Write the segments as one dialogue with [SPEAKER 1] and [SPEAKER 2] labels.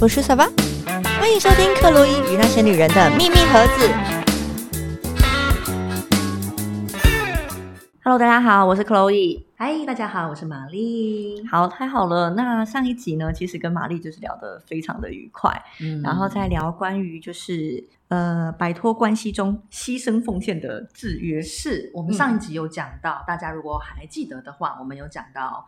[SPEAKER 1] 我是小巴，欢迎收听克洛伊与那些女人的秘密盒子。Hello，大家好，我是克洛伊。
[SPEAKER 2] 嗨，大家好，我是玛丽。
[SPEAKER 1] 好，太好了。那上一集呢，其实跟玛丽就是聊得非常的愉快，
[SPEAKER 2] 嗯
[SPEAKER 1] 然后再聊关于就是呃摆脱关系中牺牲奉献的制约。嗯
[SPEAKER 2] 是我们上一集有讲到，大家如果还记得的话，我们有讲到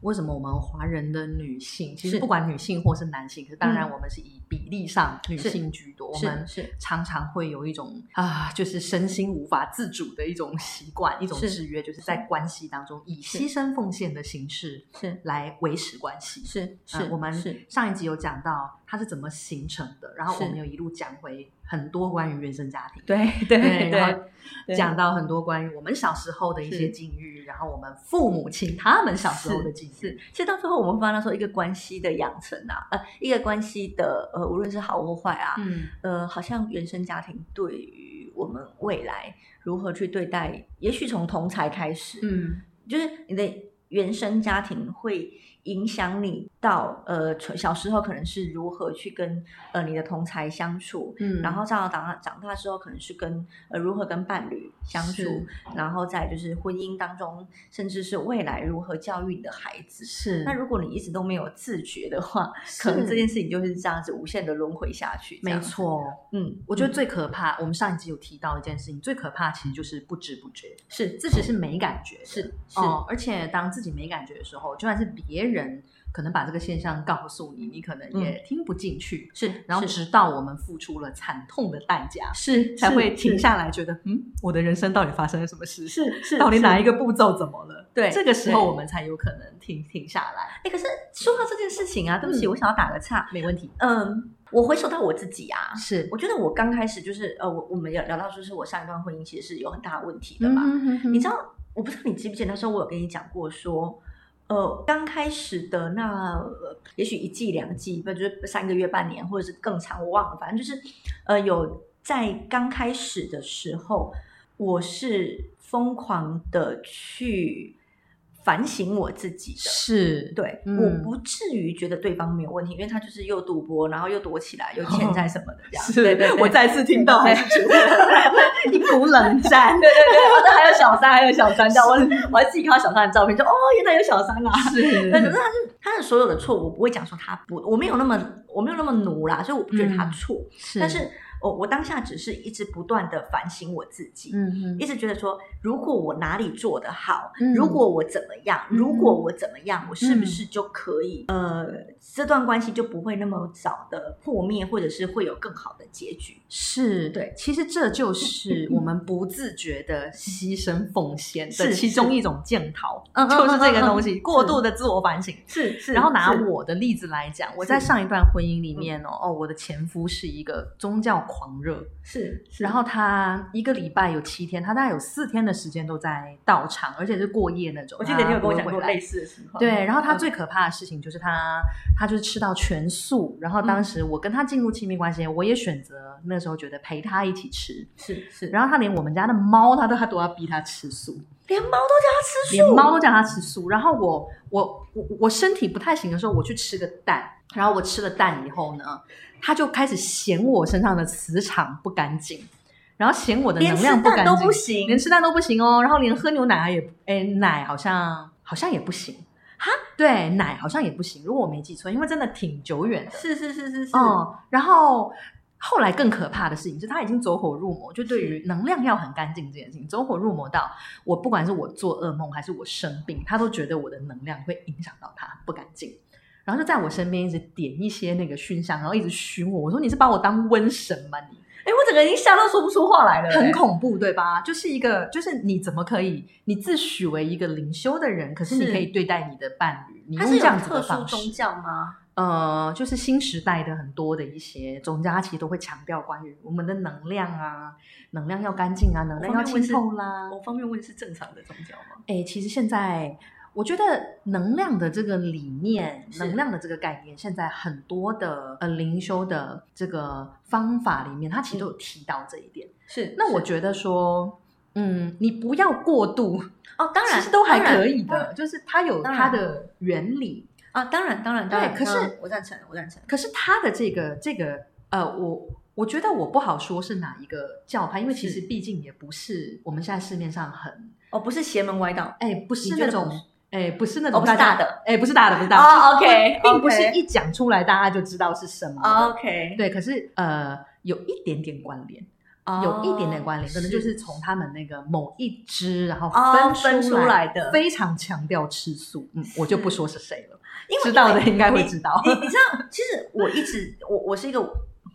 [SPEAKER 2] 为什么我们华人的女性，其
[SPEAKER 1] 是
[SPEAKER 2] 实不管女性或是男性，可是当然
[SPEAKER 1] 嗯
[SPEAKER 2] 我们是以比例上女
[SPEAKER 1] 是
[SPEAKER 2] 性居多，我
[SPEAKER 1] 是
[SPEAKER 2] 们
[SPEAKER 1] 是
[SPEAKER 2] 常常会有一种啊，就是身心无法自主的一种习惯，一种
[SPEAKER 1] 是
[SPEAKER 2] 制约，就是在关系当中以
[SPEAKER 1] 是
[SPEAKER 2] 牺牲奉献的形式
[SPEAKER 1] 是
[SPEAKER 2] 来维持关系。
[SPEAKER 1] 是是，
[SPEAKER 2] 呃我们
[SPEAKER 1] 嗯是
[SPEAKER 2] 上一集有讲到它是怎么形成的，然后
[SPEAKER 1] 是
[SPEAKER 2] 我们有一路讲回很多关于原生家庭，
[SPEAKER 1] 对对
[SPEAKER 2] 对，然
[SPEAKER 1] 对
[SPEAKER 2] 后
[SPEAKER 1] 对
[SPEAKER 2] 讲到很多关于我们小时候的一
[SPEAKER 1] 是
[SPEAKER 2] 些境遇，然后我们父母亲他们小时候的境
[SPEAKER 1] 是
[SPEAKER 2] 遇，，
[SPEAKER 1] 所以到最后我们发现说，一个关系的养成啊，呃，一个关系的呃，无论是好或坏啊，
[SPEAKER 2] 嗯，
[SPEAKER 1] 呃，好像原生家庭对于我们未来如何去对待，也许从同才开始，，
[SPEAKER 2] 嗯，
[SPEAKER 1] 就是你的原生家庭会影响你到呃从小时候可能是如何去跟呃你的同才相处，
[SPEAKER 2] 嗯
[SPEAKER 1] 然后到长大长大之后，可能是跟呃如何跟伴侣相处
[SPEAKER 2] 是，
[SPEAKER 1] 然后再就是婚姻当中，甚至是未来如何教育你的孩子。
[SPEAKER 2] 是，
[SPEAKER 1] 那如果你一直都没有自觉的话，可
[SPEAKER 2] 是
[SPEAKER 1] 能这件事情就是这样子无限的轮回下去。这
[SPEAKER 2] 没
[SPEAKER 1] 样子，
[SPEAKER 2] 错。
[SPEAKER 1] 嗯，
[SPEAKER 2] 啊我觉得
[SPEAKER 1] 嗯
[SPEAKER 2] 最可怕，我们上一集有提到一件事情，最可怕其实就是不知不觉，
[SPEAKER 1] 是
[SPEAKER 2] 自己是没感觉的，
[SPEAKER 1] 是是
[SPEAKER 2] 哦，而且当自己没感觉的时候，就算是别人可能把这个现象告诉你，你可能也听不进去，
[SPEAKER 1] 是，
[SPEAKER 2] 然后
[SPEAKER 1] 嗯是
[SPEAKER 2] 直到我们付出了惨痛的代价，
[SPEAKER 1] 是
[SPEAKER 2] 才会停
[SPEAKER 1] 是
[SPEAKER 2] 下来，觉得嗯，我的人生到底发生了什么事？
[SPEAKER 1] 是是
[SPEAKER 2] 到底哪
[SPEAKER 1] 是
[SPEAKER 2] 一个步骤怎么了？
[SPEAKER 1] 对
[SPEAKER 2] 这个时
[SPEAKER 1] 对
[SPEAKER 2] 候我们才有可能停停下来。
[SPEAKER 1] 哎、可是说到这件事情啊，对不起，
[SPEAKER 2] 嗯
[SPEAKER 1] 我想要打个岔。
[SPEAKER 2] 没问题，
[SPEAKER 1] 嗯，我回首到我自己啊，
[SPEAKER 2] 是
[SPEAKER 1] 我觉得我刚开始就是呃，我我们有聊到，就是我上一段婚姻其实是有很大的问题的
[SPEAKER 2] 嗯
[SPEAKER 1] 嘛。
[SPEAKER 2] 哼哼
[SPEAKER 1] 你知道，我不知道你记不记得那时候我有跟你讲过说。呃，刚开始的那、呃也许一季两季，不就是三个月、半年，或者是更长，我忘了。反正就是，呃，有在刚开始的时候，我是疯狂的去反省我自己的。
[SPEAKER 2] 是，
[SPEAKER 1] 对、我
[SPEAKER 2] 嗯
[SPEAKER 1] 不至于觉得对方没有问题，因为他就是又赌博，然后又躲起来，又欠债什么的这样。
[SPEAKER 2] 是
[SPEAKER 1] 对对对，
[SPEAKER 2] 我再次听到还是觉得 一股冷战。
[SPEAKER 1] 对对对，我这还有小三，还有小三，这 样我我还自己看到小三的照片，就哦，原来有小三啦、
[SPEAKER 2] 啊 是
[SPEAKER 1] 但是他是他的所有的错，我不会讲说他不，我没有那么我没有那么奴啦，所以我不觉得他错。
[SPEAKER 2] 嗯是
[SPEAKER 1] 但是我我当下只是一直不断的反省我自己，
[SPEAKER 2] 嗯哼
[SPEAKER 1] 一直觉得说，如果我哪里做得好，
[SPEAKER 2] 嗯
[SPEAKER 1] 如果我怎么样，
[SPEAKER 2] 嗯
[SPEAKER 1] 如果我怎么样，我是不是就可以、呃，这段关系就不会那么早的破灭，或者是会有更好的结局？
[SPEAKER 2] 是
[SPEAKER 1] 对
[SPEAKER 2] 其实这就是我们不自觉的牺牲奉献
[SPEAKER 1] 是
[SPEAKER 2] 的其中一种检讨，
[SPEAKER 1] 嗯嗯嗯
[SPEAKER 2] 就是这个
[SPEAKER 1] 嗯嗯
[SPEAKER 2] 东西过度的自我反省。
[SPEAKER 1] 是是
[SPEAKER 2] 然后拿
[SPEAKER 1] 是
[SPEAKER 2] 我的例子来讲，我在
[SPEAKER 1] 是
[SPEAKER 2] 上一段婚姻里面哦，哦，我的前夫是一个宗教狂热，
[SPEAKER 1] 是，是
[SPEAKER 2] 然后他一个礼拜有七天，他大概有四天的时间都在道场，而且是过夜那种。啊
[SPEAKER 1] 我记得你有跟我讲过类
[SPEAKER 2] 类似。
[SPEAKER 1] 似的情况。
[SPEAKER 2] 对，然后他
[SPEAKER 1] 嗯
[SPEAKER 2] 最可怕的事情就是他，他就是吃到全素。然后
[SPEAKER 1] 嗯
[SPEAKER 2] 当时我跟他进入亲密关系，我也选择那时候觉得陪他一起吃。
[SPEAKER 1] 是是，
[SPEAKER 2] 然后他连我们家的猫，他都他都要逼他吃素。
[SPEAKER 1] 连猫都叫他吃素，
[SPEAKER 2] 连猫都叫它吃素。然后我我我我身体不太行的时候，我去吃个蛋，然后我吃了蛋以后呢，它就开始嫌我身上的磁场不干净，然后嫌我的
[SPEAKER 1] 连
[SPEAKER 2] 能
[SPEAKER 1] 吃
[SPEAKER 2] 量不
[SPEAKER 1] 蛋
[SPEAKER 2] 干
[SPEAKER 1] 都
[SPEAKER 2] 净，
[SPEAKER 1] 不行
[SPEAKER 2] 连吃蛋都不行哦，然后连喝牛奶也，哎，奶好像好像也不行
[SPEAKER 1] 哈，
[SPEAKER 2] 对，奶好像也不行，如果我没记错，因为真的挺久远的，
[SPEAKER 1] 是是是是是，
[SPEAKER 2] 嗯，然后后来更可怕的事情是，他已经走火入魔，就对于能量要很干净这件事情，走火入魔到我不管是我做噩梦还是我生病，他都觉得我的能量会影响到他不干净。然后就在我身边一直点一些那个熏香，然后一直熏我。我说你是把我当瘟神吗？你
[SPEAKER 1] 哎，我整个人已经吓到说不出话来了，
[SPEAKER 2] 很
[SPEAKER 1] 哎
[SPEAKER 2] 恐怖，对吧？就是一个，就是你怎么可以你自诩为一个灵修的人，可是你
[SPEAKER 1] 是
[SPEAKER 2] 可以对待你的伴侣，你
[SPEAKER 1] 他
[SPEAKER 2] 用
[SPEAKER 1] 是
[SPEAKER 2] 这
[SPEAKER 1] 有
[SPEAKER 2] 样子
[SPEAKER 1] 特
[SPEAKER 2] 的
[SPEAKER 1] 殊
[SPEAKER 2] 方式。
[SPEAKER 1] 宗教吗？
[SPEAKER 2] 呃，就是新时代的很多的一些宗教，它其实都会强调关于我们的能量啊，能量要干净啊，能量要清透啦。
[SPEAKER 1] 我方便问是正常的宗教吗？
[SPEAKER 2] 哎，其实现在我觉得能量的这个理念，
[SPEAKER 1] 是
[SPEAKER 2] 能量的这个概念，现在很多的呃灵修的这个方法里面，它其实都有提到这一点。
[SPEAKER 1] 嗯是
[SPEAKER 2] 那我觉得说，嗯，你不要过度，
[SPEAKER 1] 哦，当然
[SPEAKER 2] 其实都还
[SPEAKER 1] 当然
[SPEAKER 2] 可以
[SPEAKER 1] 当然
[SPEAKER 2] 的，就是它有
[SPEAKER 1] 当
[SPEAKER 2] 它
[SPEAKER 1] 然
[SPEAKER 2] 的原理。
[SPEAKER 1] 啊，当然当然当
[SPEAKER 2] 对
[SPEAKER 1] 然，
[SPEAKER 2] 可是
[SPEAKER 1] 当然我赞成，我赞成。
[SPEAKER 2] 可是他的这个这个呃，我我觉得我不好说是哪一个教派，因为其实
[SPEAKER 1] 是
[SPEAKER 2] 毕竟也不是我们现在市面上很
[SPEAKER 1] 哦，不是邪门歪道，
[SPEAKER 2] 哎，不
[SPEAKER 1] 你
[SPEAKER 2] 是
[SPEAKER 1] 觉
[SPEAKER 2] 那
[SPEAKER 1] 得
[SPEAKER 2] 种
[SPEAKER 1] 不是
[SPEAKER 2] 哎，不是那
[SPEAKER 1] 哦，
[SPEAKER 2] 种
[SPEAKER 1] 不是
[SPEAKER 2] 大家
[SPEAKER 1] 大的。
[SPEAKER 2] 哎，不是大的，不是大的，
[SPEAKER 1] 哦，OK，
[SPEAKER 2] 并不是
[SPEAKER 1] OK
[SPEAKER 2] 一讲出来大家就知道是什么的。
[SPEAKER 1] 哦 OK，
[SPEAKER 2] 对，可是呃，有一点点关联，
[SPEAKER 1] 哦
[SPEAKER 2] 有一点点关联，可能就是从他们那个某一支，然后
[SPEAKER 1] 哦分
[SPEAKER 2] 出
[SPEAKER 1] 出来的
[SPEAKER 2] 非常强调吃素。嗯，我就不说是谁了，
[SPEAKER 1] 因为
[SPEAKER 2] 知道的应该会
[SPEAKER 1] 你
[SPEAKER 2] 知道。
[SPEAKER 1] 你你知道，其实我一直我我是一个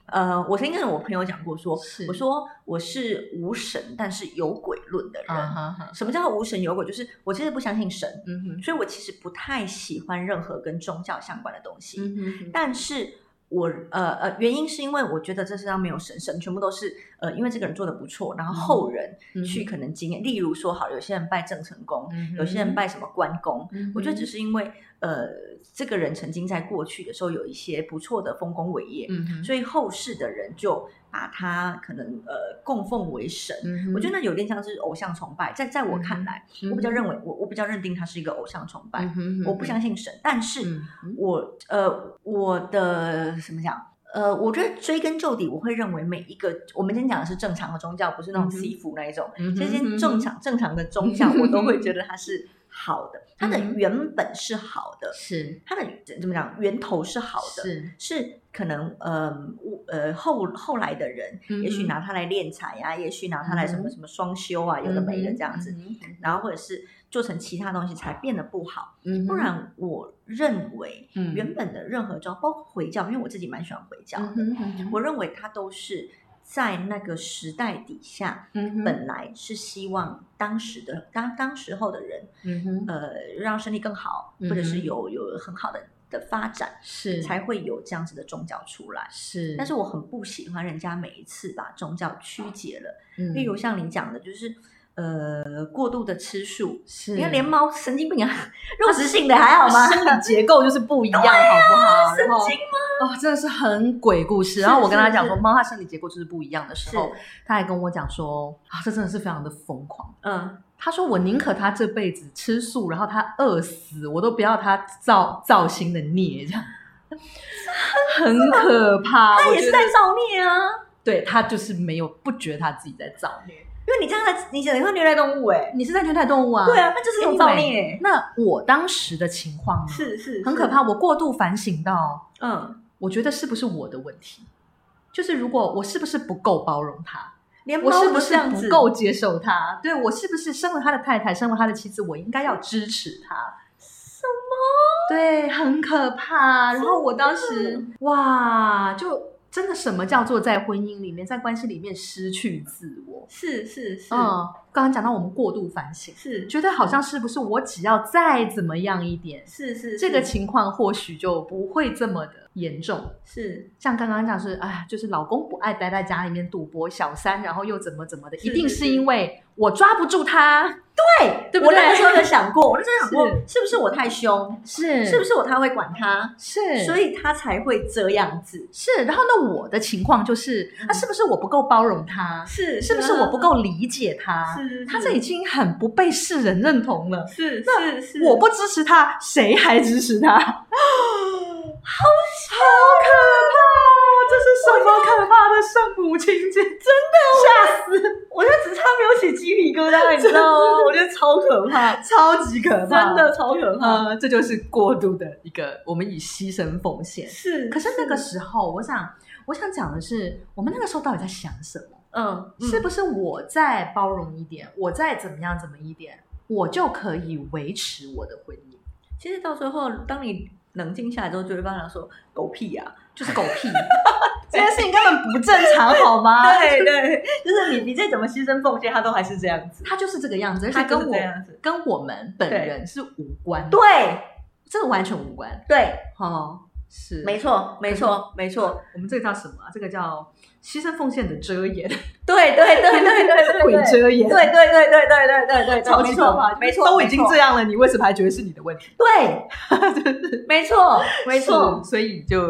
[SPEAKER 1] 呃，我曾经跟我朋友讲过说，
[SPEAKER 2] 是
[SPEAKER 1] 我说我是无神但是有鬼论的人。
[SPEAKER 2] 嗯哼哼，
[SPEAKER 1] 什么叫无神有鬼？就是我其实不相信神，
[SPEAKER 2] 嗯哼，
[SPEAKER 1] 所以我其实不太喜欢任何跟宗教相关的东西。
[SPEAKER 2] 嗯哼，
[SPEAKER 1] 但是我呃呃，原因是因为我觉得这世上没有神，神全部都是呃，因为这个人做的不错，然后后人
[SPEAKER 2] 嗯
[SPEAKER 1] 去可能经验。例如说，好，有些人拜郑成功，
[SPEAKER 2] 嗯哼
[SPEAKER 1] 有些人拜什么关公，
[SPEAKER 2] 嗯哼，
[SPEAKER 1] 我觉得只是因为呃，这个人曾经在过去的时候有一些不错的丰功伟业，
[SPEAKER 2] 嗯哼，
[SPEAKER 1] 所以后世的人就把他可能呃供奉为神。
[SPEAKER 2] 嗯哼
[SPEAKER 1] 我觉得那有点像是偶像崇拜，在在我看来，我比较认为我我比较认定他是一个偶像崇拜，
[SPEAKER 2] 嗯哼，
[SPEAKER 1] 我不相信神，但是。
[SPEAKER 2] 嗯哼
[SPEAKER 1] 我呃，我的什么讲？呃，我觉得追根究底，我会认为每一个我们今天讲的是正常的宗教，不是那
[SPEAKER 2] 嗯
[SPEAKER 1] 种
[SPEAKER 2] 哼
[SPEAKER 1] 西服那一种。
[SPEAKER 2] 嗯哼
[SPEAKER 1] 这些
[SPEAKER 2] 嗯哼
[SPEAKER 1] 正常正常的宗教，我都会觉得它是好的，它
[SPEAKER 2] 嗯
[SPEAKER 1] 的原本是好的，
[SPEAKER 2] 是
[SPEAKER 1] 它的怎么讲源头是好的，
[SPEAKER 2] 是，
[SPEAKER 1] 是可能呃我呃后后来的人，也许拿它来敛财啊，也许拿它来什
[SPEAKER 2] 嗯
[SPEAKER 1] 么
[SPEAKER 2] 哼
[SPEAKER 1] 什么双修啊，有的没的这样子，
[SPEAKER 2] 嗯哼，
[SPEAKER 1] 然后或者是做成其他东西才变得不好。
[SPEAKER 2] 嗯哼
[SPEAKER 1] 不然，我认为
[SPEAKER 2] 嗯
[SPEAKER 1] 原本的任何教，包括回教，因为我自己蛮喜欢回教的，
[SPEAKER 2] 嗯哼嗯哼
[SPEAKER 1] 我认为它都是在那个时代底下，
[SPEAKER 2] 嗯哼
[SPEAKER 1] 本来是希望当时的当当时候的人，
[SPEAKER 2] 嗯哼
[SPEAKER 1] 呃，让生意更好，或者是有有很好的的发展，
[SPEAKER 2] 嗯是
[SPEAKER 1] 才会有这样子的宗教出来。
[SPEAKER 2] 是，
[SPEAKER 1] 但是我很不喜欢人家每一次把宗教曲解了，
[SPEAKER 2] 嗯
[SPEAKER 1] 例如像你讲的，就是呃过度的吃素，
[SPEAKER 2] 是，
[SPEAKER 1] 你看连猫神经病啊，肉食性的还好吗？
[SPEAKER 2] 生理结 构就是不一样，好不好？
[SPEAKER 1] 神
[SPEAKER 2] 然后
[SPEAKER 1] 经啊
[SPEAKER 2] 哦，真的是很鬼故事。然后我跟他
[SPEAKER 1] 是
[SPEAKER 2] 讲说，
[SPEAKER 1] 是
[SPEAKER 2] 猫它生理结构就是不一样的时
[SPEAKER 1] 是，
[SPEAKER 2] 候，他还跟我讲说，啊，这真的是非常的疯狂。
[SPEAKER 1] 嗯，
[SPEAKER 2] 他说：“我宁可他这辈子吃素，然后他饿死，我都不要他造造新的 孽，这样很可怕。
[SPEAKER 1] 他
[SPEAKER 2] 我
[SPEAKER 1] 也
[SPEAKER 2] 觉
[SPEAKER 1] 是
[SPEAKER 2] 得，
[SPEAKER 1] 在造孽啊，
[SPEAKER 2] 对他就是没有不觉得他自己在造孽。
[SPEAKER 1] 因为你这样的，你想你会虐待动物哎、
[SPEAKER 2] 你是在虐待动物啊？
[SPEAKER 1] 对，啊，那就是一种造孽、欸，
[SPEAKER 2] 那我当时的情况呢？
[SPEAKER 1] 是是
[SPEAKER 2] 很可，怕。我过度反省到，
[SPEAKER 1] 是嗯，
[SPEAKER 2] 我觉得是不是我的问题？就是如果我是不是不够包容他，
[SPEAKER 1] 连猫
[SPEAKER 2] 我是
[SPEAKER 1] 都
[SPEAKER 2] 不
[SPEAKER 1] 这
[SPEAKER 2] 是
[SPEAKER 1] 样
[SPEAKER 2] 不
[SPEAKER 1] 子，
[SPEAKER 2] 够接受他？对我是不是身为他的太太，身为他的妻子，我应该要支持他？
[SPEAKER 1] 什么？
[SPEAKER 2] 对，很可怕。然后我当时
[SPEAKER 1] 真
[SPEAKER 2] 哇，就真的什么叫做在婚姻里面，在关系里面失去自我？
[SPEAKER 1] 是是是、
[SPEAKER 2] 嗯，刚刚讲到我们过度反省，
[SPEAKER 1] 是
[SPEAKER 2] 觉得好像是不是我只要再怎么样一点，
[SPEAKER 1] 是是，
[SPEAKER 2] 这个
[SPEAKER 1] 是
[SPEAKER 2] 情况或许就不会这么的严重。
[SPEAKER 1] 是
[SPEAKER 2] 像刚刚讲是，哎，就是老公不爱待在家里面赌博、小三，然后又怎么怎么的，
[SPEAKER 1] 是
[SPEAKER 2] 一定是因为我抓不住他，
[SPEAKER 1] 对，
[SPEAKER 2] 对不
[SPEAKER 1] 我那个
[SPEAKER 2] 对
[SPEAKER 1] 时候有想过，我那时候想过，
[SPEAKER 2] 是
[SPEAKER 1] 是不是我太凶？
[SPEAKER 2] 是
[SPEAKER 1] 是不是我太会管他？
[SPEAKER 2] 是？
[SPEAKER 1] 所
[SPEAKER 2] 以
[SPEAKER 1] 以他才会这样子，
[SPEAKER 2] 是，然后那我的情况就是，那、
[SPEAKER 1] 嗯
[SPEAKER 2] 是不是我不够包容他？
[SPEAKER 1] 是
[SPEAKER 2] 是不是我啊不？够理解他？
[SPEAKER 1] 是是
[SPEAKER 2] 他这已经很不被世人认同了。
[SPEAKER 1] 是是是，
[SPEAKER 2] 我不支持他，谁还支持他？好好可怕哦！这是什么可怕的圣母情节？真 的吓死
[SPEAKER 1] 我就只差没有起鸡皮疙瘩，你知道吗？我觉得超可怕，
[SPEAKER 2] 超级可怕，
[SPEAKER 1] 真的超可怕。
[SPEAKER 2] 呃，这就是过度的一个，我们以牺牲奉献。
[SPEAKER 1] 是
[SPEAKER 2] 可是那个时候，我想，我想讲的是，我们那个时候到底在想什么？
[SPEAKER 1] 嗯，
[SPEAKER 2] 是不是我再包容一点，我再怎么样怎么一点，我就可以维持我的婚姻？
[SPEAKER 1] 其实到最后，当你冷静下来之后，就会发现说狗屁呀、
[SPEAKER 2] 就是狗屁，这件事情根本不正 常，好吗？
[SPEAKER 1] 对对，就是你你再怎么牺牲奉献，他都还是这样子，
[SPEAKER 2] 他就是这个样子，而且
[SPEAKER 1] 他就
[SPEAKER 2] 跟
[SPEAKER 1] 是
[SPEAKER 2] 我
[SPEAKER 1] 这样子。
[SPEAKER 2] 跟我们本人是无关，
[SPEAKER 1] 对，
[SPEAKER 2] 真的完全无关。
[SPEAKER 1] 对，嗯
[SPEAKER 2] 哦，是
[SPEAKER 1] 没错，没错，没错。
[SPEAKER 2] 我们这个叫什么啊？这个叫牺牲奉献的遮掩，
[SPEAKER 1] 对对对对对对 对，
[SPEAKER 2] 鬼遮掩，
[SPEAKER 1] 对对对对对对对对，
[SPEAKER 2] 超级
[SPEAKER 1] 没
[SPEAKER 2] 可怕
[SPEAKER 1] 错，没错，
[SPEAKER 2] 都已经
[SPEAKER 1] 没错
[SPEAKER 2] 这样了，你为什么还觉得是你的问题？
[SPEAKER 1] 对， 没错没错，
[SPEAKER 2] 是，所以就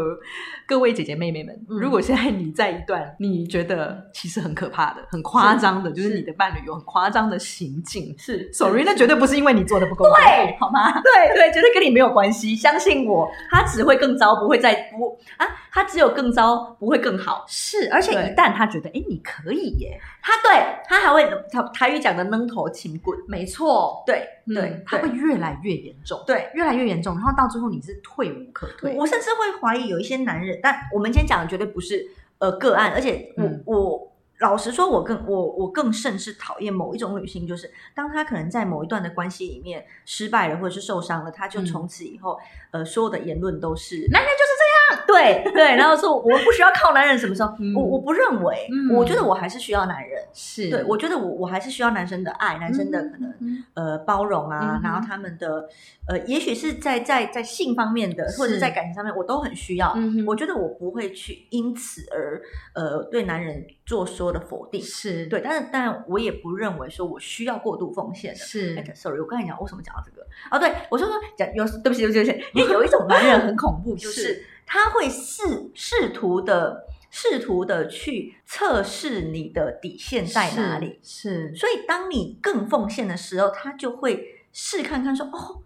[SPEAKER 2] 各位姐姐妹妹们，
[SPEAKER 1] 嗯
[SPEAKER 2] 如果现在你在一段你觉得其实很可怕的、很夸张的，就是
[SPEAKER 1] 是
[SPEAKER 2] 你的伴侣有很夸张的行径
[SPEAKER 1] 是
[SPEAKER 2] ，sorry，那绝对不是因为你做的不够好，
[SPEAKER 1] 对
[SPEAKER 2] 好吗？
[SPEAKER 1] 对对，绝对跟你没有关系，相信我，他只会更糟，不会再不啊，他只有更糟，不会更好。
[SPEAKER 2] 是，而且
[SPEAKER 1] 对
[SPEAKER 2] 一旦他觉得，哎，你可以耶，
[SPEAKER 1] 他对他还会台台语讲的扔头轻棍，
[SPEAKER 2] 没错，
[SPEAKER 1] 对
[SPEAKER 2] 嗯
[SPEAKER 1] 嗯
[SPEAKER 2] 对
[SPEAKER 1] 对，
[SPEAKER 2] 他
[SPEAKER 1] 对
[SPEAKER 2] 会越来越严重，
[SPEAKER 1] 对。
[SPEAKER 2] 越来越严重，然后到最后你是退无可
[SPEAKER 1] 我
[SPEAKER 2] 退。
[SPEAKER 1] 我甚至会怀疑有一些男人，但我们今天讲的绝对不是呃个案，而且我、
[SPEAKER 2] 嗯
[SPEAKER 1] 我老实说，我更我我更甚是讨厌某一种女性，就是当她可能在某一段的关系里面失败了或者是受伤了，她就
[SPEAKER 2] 嗯
[SPEAKER 1] 从此以后、呃所有的言论都是
[SPEAKER 2] 男人就是
[SPEAKER 1] 对对，然后说我们不需要靠男人，什么时候？
[SPEAKER 2] 嗯
[SPEAKER 1] 我我不认为，
[SPEAKER 2] 嗯
[SPEAKER 1] 我觉得我还是需要男人。
[SPEAKER 2] 是
[SPEAKER 1] 对，我觉得我我还是需要男生的爱，男生的可能、
[SPEAKER 2] 嗯
[SPEAKER 1] 呃包容啊，
[SPEAKER 2] 嗯
[SPEAKER 1] 然后他们的呃，也许是在在在性方面的，或者
[SPEAKER 2] 是
[SPEAKER 1] 是在感情上面，我都很需要。
[SPEAKER 2] 嗯哼
[SPEAKER 1] 我觉得我不会去因此而呃对男人做所有的否定，
[SPEAKER 2] 是
[SPEAKER 1] 对，但是但我也不认为说我需要过度奉献的。哎
[SPEAKER 2] 是
[SPEAKER 1] ，sorry，我刚才讲为什么讲到这个？哦，对，我说说讲有，对不起，对不起，对不起，因为有一种 男人很恐怖，就是是他会试试图的试图的去测试你的底线在哪里，？
[SPEAKER 2] 是
[SPEAKER 1] 所以当你更奉献的时候，他就会试看看说，哦，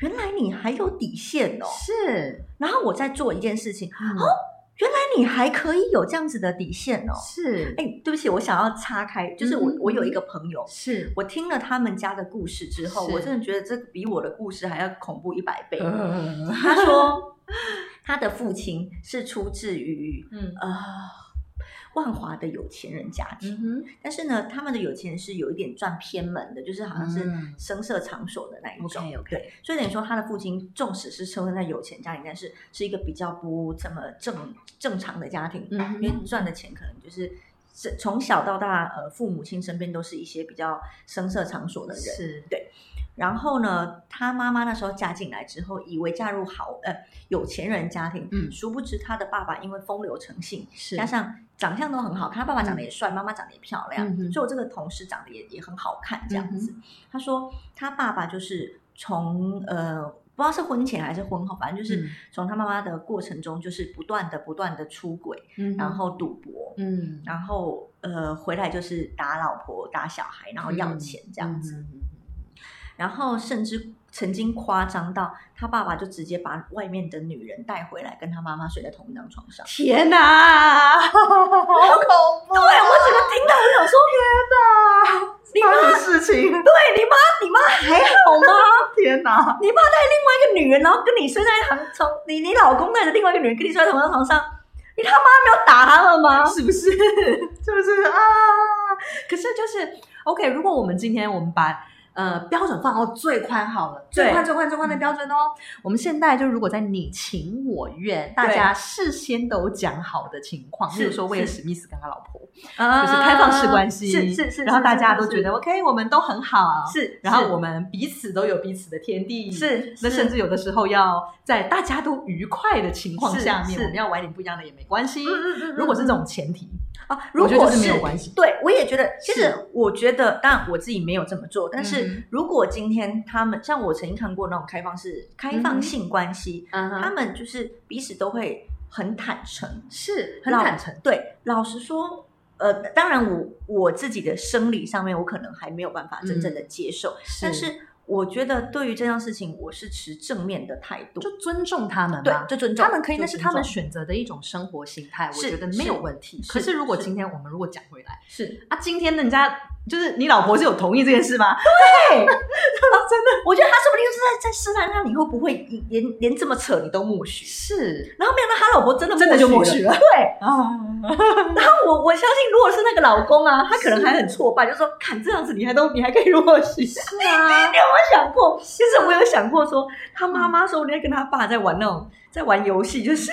[SPEAKER 1] 原来你还有底线哦，
[SPEAKER 2] 是
[SPEAKER 1] 然后我再做一件事情，
[SPEAKER 2] 哦
[SPEAKER 1] 原来你还可以有这样子的底线哦。
[SPEAKER 2] 是
[SPEAKER 1] 哎，对不起，我想要岔开，就是我
[SPEAKER 2] 嗯嗯
[SPEAKER 1] 我有一
[SPEAKER 2] 嗯
[SPEAKER 1] 个朋友，
[SPEAKER 2] 是，
[SPEAKER 1] 我听了他们家的故事之后，
[SPEAKER 2] 是
[SPEAKER 1] 我真的觉得这个比我的故事还要恐怖一百倍。
[SPEAKER 2] 嗯
[SPEAKER 1] 他说， 他的父亲是出自于
[SPEAKER 2] 嗯
[SPEAKER 1] 呃万华的有钱人家庭，
[SPEAKER 2] 哼，
[SPEAKER 1] 但是呢，他们的有钱人是有一点赚偏门的，就是好像是
[SPEAKER 2] 嗯
[SPEAKER 1] 声色场所的那一种。
[SPEAKER 2] OK，OK
[SPEAKER 1] 对，所以等于说他的父亲纵使是生活在有钱家庭，但是是一个比较不怎么正正常的家庭，
[SPEAKER 2] 嗯哼
[SPEAKER 1] 因为赚的钱可能就是。是从小到大，呃，父母亲身边都是一些比较声色场所的人，
[SPEAKER 2] 是
[SPEAKER 1] 然后呢，她妈妈那时候嫁进来之后，以为嫁入豪呃有钱人家庭，
[SPEAKER 2] 嗯
[SPEAKER 1] 殊不知她的爸爸因为风流成性，
[SPEAKER 2] 是嗯
[SPEAKER 1] 加上长相都很好看，她爸爸长得也帅，妈妈长得也漂亮，
[SPEAKER 2] 嗯哼嗯
[SPEAKER 1] 所以我这个同事长得也也很好看，这样子。她说她爸爸就是从呃。不知道是婚前还是婚后，反正就是
[SPEAKER 2] 嗯
[SPEAKER 1] 从她妈妈的过程中，就是不断的、不断的出轨，
[SPEAKER 2] 嗯
[SPEAKER 1] 然后赌博，
[SPEAKER 2] 嗯
[SPEAKER 1] 然后呃回来就是打老婆、打小孩，然后要钱这样子。，
[SPEAKER 2] 嗯
[SPEAKER 1] 然后甚至曾经夸张到他爸爸就直接把外面的女人带回来，跟他妈妈睡在同一张床上。
[SPEAKER 2] 天哪，好恐怖！
[SPEAKER 1] 对，我整个听到，我想说，
[SPEAKER 2] 你的事情，
[SPEAKER 1] 对你妈，你妈还好吗？
[SPEAKER 2] 天哪，
[SPEAKER 1] 你妈带另外一个女人，然后跟你睡在同床，你你老公带着另外一个女人跟你睡在同一张床上，你他妈没有打他们吗？
[SPEAKER 2] 是不是？是不是啊？可是就是 OK，如果我们今天我们把呃标准放到最宽好了，
[SPEAKER 1] 对
[SPEAKER 2] 最宽最宽最宽的标准哦。我们现在就如果在你情我愿，大家事先都讲好的情况，
[SPEAKER 1] 是
[SPEAKER 2] 例如说威尔
[SPEAKER 1] 是
[SPEAKER 2] 史密斯跟他老婆啊
[SPEAKER 1] 就
[SPEAKER 2] 就是开放式关系，
[SPEAKER 1] 啊是是是，
[SPEAKER 2] 然后大家
[SPEAKER 1] 是
[SPEAKER 2] 都觉得 OK，我们都很好，
[SPEAKER 1] 是，是
[SPEAKER 2] 然后我们彼此都有彼此的天地，。
[SPEAKER 1] 是，
[SPEAKER 2] 那
[SPEAKER 1] 是
[SPEAKER 2] 甚至有的时候要在大家都愉快的情况
[SPEAKER 1] 是
[SPEAKER 2] 下面，
[SPEAKER 1] 是
[SPEAKER 2] 我们要玩点不一样的也没关系。
[SPEAKER 1] 嗯嗯嗯嗯
[SPEAKER 2] 如果是这种前提，
[SPEAKER 1] 啊，如
[SPEAKER 2] 我觉得
[SPEAKER 1] 果
[SPEAKER 2] 就是没有关系。
[SPEAKER 1] 对，我也觉得，其
[SPEAKER 2] 是
[SPEAKER 1] 实我觉得，当然我自己没有这么做，但
[SPEAKER 2] 嗯
[SPEAKER 1] 是如果今天他们像我曾经看过那种开放式、开
[SPEAKER 2] 嗯哼
[SPEAKER 1] 放性关系，
[SPEAKER 2] 嗯
[SPEAKER 1] 他们就是彼此都会很坦诚，
[SPEAKER 2] 是很坦诚，
[SPEAKER 1] 对，老实说。呃，当然我，我自己的生理上面，我可能还没有办法真正的接受，但嗯是我觉得对于这件事情，我是持正面的态度，
[SPEAKER 2] 就尊重他们
[SPEAKER 1] 对
[SPEAKER 2] 吧，。
[SPEAKER 1] 就尊重，
[SPEAKER 2] 他们可以，
[SPEAKER 1] 就
[SPEAKER 2] 那是
[SPEAKER 1] 尊
[SPEAKER 2] 他们
[SPEAKER 1] 重
[SPEAKER 2] 选择的一种生活形态，我
[SPEAKER 1] 是
[SPEAKER 2] 觉得没有问题。
[SPEAKER 1] 是
[SPEAKER 2] 可是如果
[SPEAKER 1] 是
[SPEAKER 2] 今天我们如果讲回来
[SPEAKER 1] 是
[SPEAKER 2] 啊，今天人家就是你老婆是有同意这件事吗？
[SPEAKER 1] 我觉得他说不定就是在在试探他以后不会连连这么扯你都默许，
[SPEAKER 2] 是
[SPEAKER 1] 然后没想到他老婆真的
[SPEAKER 2] 真的就默许了
[SPEAKER 1] 对，哦
[SPEAKER 2] 啊，
[SPEAKER 1] 然后我我相信，如果是那个老公啊，他可能还很挫败，就说：“看这样子，你还都你还可以默许。”
[SPEAKER 2] 是 啊嗯
[SPEAKER 1] 你，有没有想过？其实我有想过说，他妈妈说，我在跟他爸在玩那种在玩游戏，就是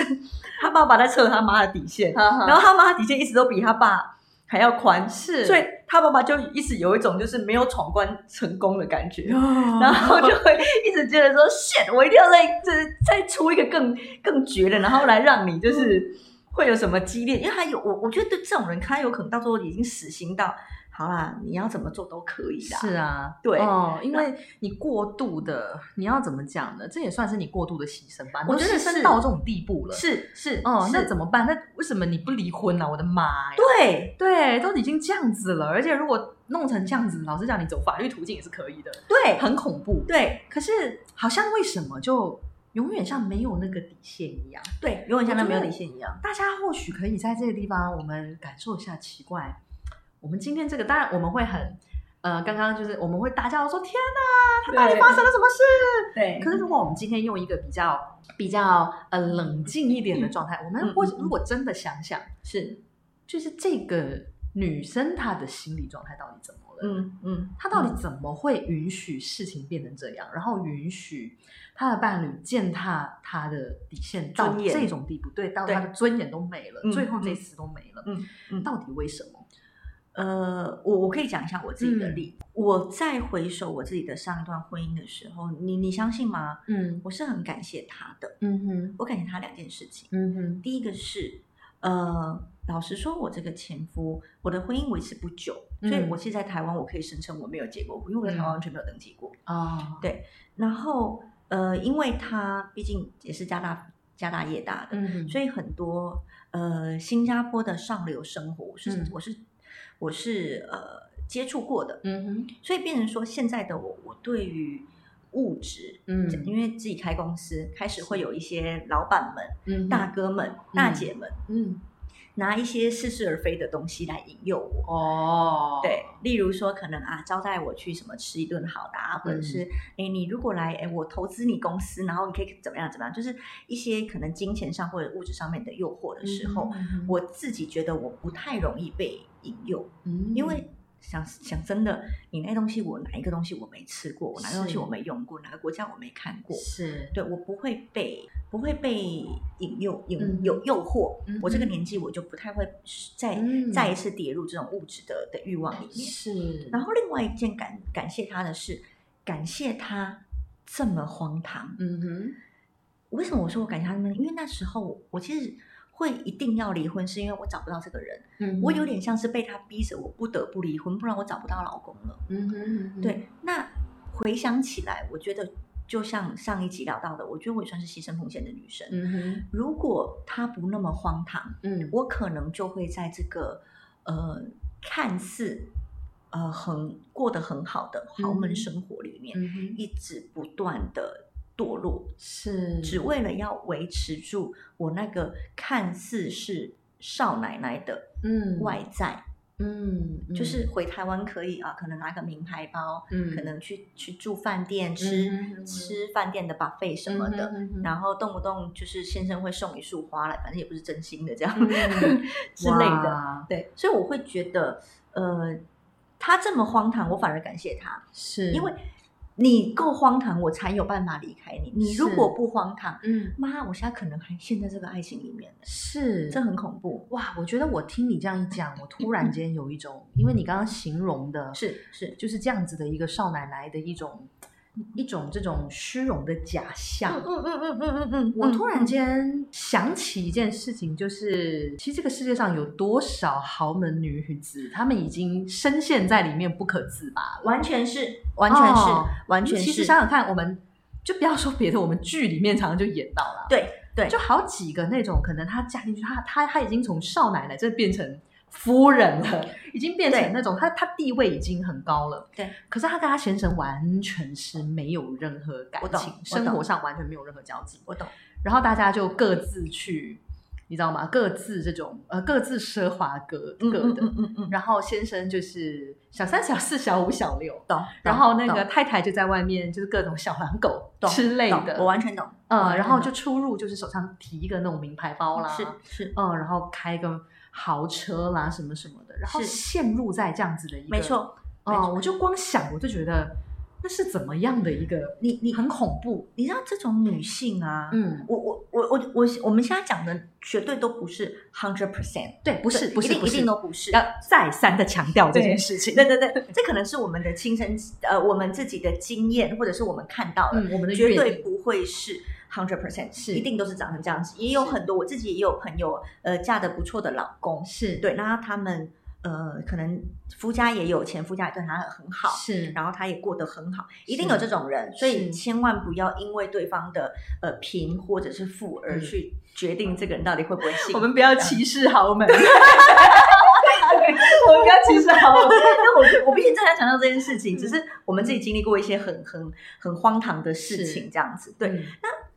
[SPEAKER 1] 他爸爸在测他妈的底线，
[SPEAKER 2] 然
[SPEAKER 1] 然后他妈的底线一直都比他爸还要宽，
[SPEAKER 2] 是，
[SPEAKER 1] 所以他爸爸就一直有一种就是没有闯关成功的感觉。 然
[SPEAKER 2] 然
[SPEAKER 1] 后就会一直觉得说 shit，我一定要再再再出一个更更绝的，然后来让你就是会有什么激烈？因为他有我，我觉得对这种人，他有可能到最后已经死心到，好啦，你要怎么做都可以啦。
[SPEAKER 2] 是啊，
[SPEAKER 1] 对
[SPEAKER 2] 哦，因为你过度的，你要怎么讲呢？这也算是你过度的牺牲吧？
[SPEAKER 1] 我觉得
[SPEAKER 2] 你都牺
[SPEAKER 1] 是
[SPEAKER 2] 牲到这种地步了，
[SPEAKER 1] 是是
[SPEAKER 2] 哦，那怎
[SPEAKER 1] 么
[SPEAKER 2] 么办？那为什么你不离婚呢、啊我的妈呀！
[SPEAKER 1] 对
[SPEAKER 2] 对，都已经这样子了，而且如果弄成这样子，老实讲，你走法律途径也是可以的，
[SPEAKER 1] 对
[SPEAKER 2] 很恐怖。
[SPEAKER 1] 对
[SPEAKER 2] 可是好像为什么就永远像没有那个底线一样？
[SPEAKER 1] 对，永远像他没有底线一样。
[SPEAKER 2] 大家或许可以在这个地方，我们感受一下奇怪。我们今天这个，当然我们会很，呃，刚刚就是我们会大叫说：“天哪，他到底
[SPEAKER 1] 对
[SPEAKER 2] 发生了什么事？”
[SPEAKER 1] 对
[SPEAKER 2] 可是如果我们今天用一个比较比较呃冷静一点的状态，我们或
[SPEAKER 1] 嗯嗯嗯
[SPEAKER 2] 如果真的想想，
[SPEAKER 1] 是
[SPEAKER 2] 就是这个女生她的心理状态到底怎么了？
[SPEAKER 1] 嗯嗯，
[SPEAKER 2] 她到底怎么会允许事情变成这样，然后允许她的伴侣践踏她的底线到
[SPEAKER 1] 尊严
[SPEAKER 2] 这种地步？对，到
[SPEAKER 1] 对
[SPEAKER 2] 她的尊严都没了，
[SPEAKER 1] 嗯
[SPEAKER 2] 最后
[SPEAKER 1] 嗯
[SPEAKER 2] 这次都没了。
[SPEAKER 1] 嗯嗯
[SPEAKER 2] 到底为什么？
[SPEAKER 1] 呃，我我可以讲一下我自己的
[SPEAKER 2] 嗯
[SPEAKER 1] 例子。我再回首我自己的上一段婚姻的时候，你你相信吗？
[SPEAKER 2] 嗯
[SPEAKER 1] 我是很感谢他的，
[SPEAKER 2] 嗯哼
[SPEAKER 1] 我感谢他两件事情。
[SPEAKER 2] 嗯哼
[SPEAKER 1] 第一个是，呃，老实说，我这个前夫，我的婚姻维持不久，所以
[SPEAKER 2] 嗯
[SPEAKER 1] 我是在台湾，我可以声称我没有结过婚，因为我在台湾完全没有登记过。
[SPEAKER 2] 啊
[SPEAKER 1] 对然后，呃，因为他毕竟也是家大家大业大的，
[SPEAKER 2] 嗯哼
[SPEAKER 1] 所以很多呃新加坡的上流生活，我是、
[SPEAKER 2] 嗯
[SPEAKER 1] 我是我是呃接触过的，
[SPEAKER 2] 嗯哼
[SPEAKER 1] 所以变成说现在的我，我对于物质。
[SPEAKER 2] 嗯
[SPEAKER 1] 因为自己开公司，开始会有一些老板们、
[SPEAKER 2] 嗯
[SPEAKER 1] 大哥们、大姐们
[SPEAKER 2] 嗯
[SPEAKER 1] 拿一些似是而非的东西来引诱我。
[SPEAKER 2] 哦
[SPEAKER 1] 对，例如说可能啊，招待我去什么吃一顿好的啊，或者
[SPEAKER 2] 嗯
[SPEAKER 1] 是哎、诶你如果来哎，诶我投资你公司，然后你可以怎么样怎么样，就是一些可能金钱上或者物质上面的诱惑的时候，
[SPEAKER 2] 嗯哼
[SPEAKER 1] 我自己觉得我不太容易被引诱，
[SPEAKER 2] 嗯
[SPEAKER 1] 因为想想真的，你那东西我哪一个东西我没吃过，我哪个东西
[SPEAKER 2] 是
[SPEAKER 1] 我没用过，哪个国家我没看过，
[SPEAKER 2] 是
[SPEAKER 1] 对我不会被不会被引诱引
[SPEAKER 2] 嗯
[SPEAKER 1] 有诱惑，
[SPEAKER 2] 嗯
[SPEAKER 1] 我这个
[SPEAKER 2] 哼
[SPEAKER 1] 年纪我就不太会再、
[SPEAKER 2] 嗯
[SPEAKER 1] 再一次跌入这种物质的的欲望里面。
[SPEAKER 2] 是，
[SPEAKER 1] 然后另外一件感感谢他的是，感谢他这么荒唐。
[SPEAKER 2] 嗯哼
[SPEAKER 1] 为什么我说我感谢他呢？因为那时候我我其实会一定要离婚，是因为我找不到这个人，
[SPEAKER 2] 嗯哼
[SPEAKER 1] 我有点像是被他逼着，我不得不离婚，不然我找不到老公了。
[SPEAKER 2] 嗯哼嗯哼
[SPEAKER 1] 对，那回想起来，我觉得就像上一集聊到的，我觉得我也算是牺牲奉献的女生。
[SPEAKER 2] 嗯哼
[SPEAKER 1] 如果他不那么荒唐，
[SPEAKER 2] 嗯
[SPEAKER 1] 我可能就会在这个呃看似呃很过得很好的豪门
[SPEAKER 2] 嗯
[SPEAKER 1] 生活里面，
[SPEAKER 2] 嗯哼
[SPEAKER 1] 一直不断的堕落，
[SPEAKER 2] 是
[SPEAKER 1] 只为了要维持住我那个看似是少奶奶的
[SPEAKER 2] 嗯
[SPEAKER 1] 外在，
[SPEAKER 2] 嗯嗯
[SPEAKER 1] 就是回台湾可以啊，可能拿个名牌包，
[SPEAKER 2] 嗯
[SPEAKER 1] 可能去去住饭店吃、
[SPEAKER 2] 嗯哼
[SPEAKER 1] 吃饭店的 buffet 什么的，
[SPEAKER 2] 嗯哼
[SPEAKER 1] 然后动不动就是先生会送一束花来，反正也不是真心的这样、
[SPEAKER 2] 嗯
[SPEAKER 1] 之类的。
[SPEAKER 2] 哇
[SPEAKER 1] 对，所以我会觉得，呃，他这么荒唐，我反而感谢他，
[SPEAKER 2] 是
[SPEAKER 1] 因为你够荒唐，我才有办法离开你。你如
[SPEAKER 2] 是
[SPEAKER 1] 果不荒唐，
[SPEAKER 2] 嗯
[SPEAKER 1] 妈，我现在可能还陷在这个爱情里面，
[SPEAKER 2] 是
[SPEAKER 1] 这很恐怖。
[SPEAKER 2] 哇，我觉得我听你这样一讲，我突然间有一种，因为你刚刚形容的
[SPEAKER 1] 是是，
[SPEAKER 2] 就是这样子的一个少奶奶的一种一种这种虚荣的假象，
[SPEAKER 1] 嗯嗯嗯嗯嗯
[SPEAKER 2] 我突然间想起一件事情，就是其实这个世界上有多少豪门女子，她们已经深陷在里面不可自拔了。
[SPEAKER 1] 完全是，完全是，
[SPEAKER 2] 哦
[SPEAKER 1] 完全是。
[SPEAKER 2] 其实想想看，我们就不要说别的，我们剧里面常常就演到了，
[SPEAKER 1] 对对
[SPEAKER 2] 就好几个那种，可能她嫁进去，她她她已经从少奶奶这变成。夫人了，已经变
[SPEAKER 1] 对
[SPEAKER 2] 成那种她她地位已经很高了，
[SPEAKER 1] 对。
[SPEAKER 2] 可是她跟她先生完全是没有任何感
[SPEAKER 1] 我懂
[SPEAKER 2] 情，
[SPEAKER 1] 我
[SPEAKER 2] 生
[SPEAKER 1] 懂
[SPEAKER 2] 活上完全没有任何交集。
[SPEAKER 1] 我懂，
[SPEAKER 2] 然后大家就各自去，你知道吗？各自这种呃，各自奢华各
[SPEAKER 1] 嗯
[SPEAKER 2] 各
[SPEAKER 1] 嗯
[SPEAKER 2] 的。
[SPEAKER 1] 嗯嗯嗯，
[SPEAKER 2] 然后先生就是小三、小四、小五、小六，
[SPEAKER 1] 懂。
[SPEAKER 2] 然后那
[SPEAKER 1] 懂
[SPEAKER 2] 个太太就在外面就是各种小狼狗
[SPEAKER 1] 懂
[SPEAKER 2] 之类
[SPEAKER 1] 懂我
[SPEAKER 2] 的，
[SPEAKER 1] 完全懂。我
[SPEAKER 2] 嗯，
[SPEAKER 1] 完
[SPEAKER 2] 然
[SPEAKER 1] 全
[SPEAKER 2] 后
[SPEAKER 1] 懂
[SPEAKER 2] 就出入就是手上提一个那种名牌包啦，
[SPEAKER 1] 是是，
[SPEAKER 2] 嗯，然后开个豪车啦什么什么的，然后
[SPEAKER 1] 是
[SPEAKER 2] 陷入在这样子的一个，
[SPEAKER 1] 没，错。没
[SPEAKER 2] 嗯，
[SPEAKER 1] 错
[SPEAKER 2] 我就光想我就觉得那是怎么样的一个，
[SPEAKER 1] 你你
[SPEAKER 2] 很恐怖，
[SPEAKER 1] 你知道这种女性啊，
[SPEAKER 2] 嗯，
[SPEAKER 1] 我我我我我我们现在讲的绝对都不是 hundred percent，
[SPEAKER 2] 对，不
[SPEAKER 1] 不
[SPEAKER 2] 是不
[SPEAKER 1] 一
[SPEAKER 2] 是
[SPEAKER 1] 定
[SPEAKER 2] 不
[SPEAKER 1] 一
[SPEAKER 2] 是
[SPEAKER 1] 定都不是。
[SPEAKER 2] 要再三的强调这件 事情。
[SPEAKER 1] 对对对，这可能是我们的亲身呃，我们自己的经验，或者是我们看到了，
[SPEAKER 2] 嗯，我们的
[SPEAKER 1] 绝
[SPEAKER 2] 阅
[SPEAKER 1] 对
[SPEAKER 2] 历
[SPEAKER 1] 不会是 hundred percent
[SPEAKER 2] 是
[SPEAKER 1] 一定都是长成这样子。也有
[SPEAKER 2] 是
[SPEAKER 1] 很多我自己也有朋友，呃，嫁的不错的老公，
[SPEAKER 2] 是
[SPEAKER 1] 对，那他们呃可能夫家也有钱，夫家也对他很好，
[SPEAKER 2] 是，
[SPEAKER 1] 然后他也过得很好，一
[SPEAKER 2] 是
[SPEAKER 1] 定有这种人，所
[SPEAKER 2] 是
[SPEAKER 1] 以千万不要因为对方的呃贫或者是富而
[SPEAKER 2] 嗯
[SPEAKER 1] 去决定这个人到底会不会幸福。
[SPEAKER 2] 我们不要歧视 豪门，我们不要歧视豪门，
[SPEAKER 1] 但哦我就我必须正在强调这件事 情，
[SPEAKER 2] 嗯
[SPEAKER 1] 只是我们自己经历过一些很很很荒唐的事
[SPEAKER 2] 是嗯
[SPEAKER 1] 情，这样子。对，
[SPEAKER 2] 对，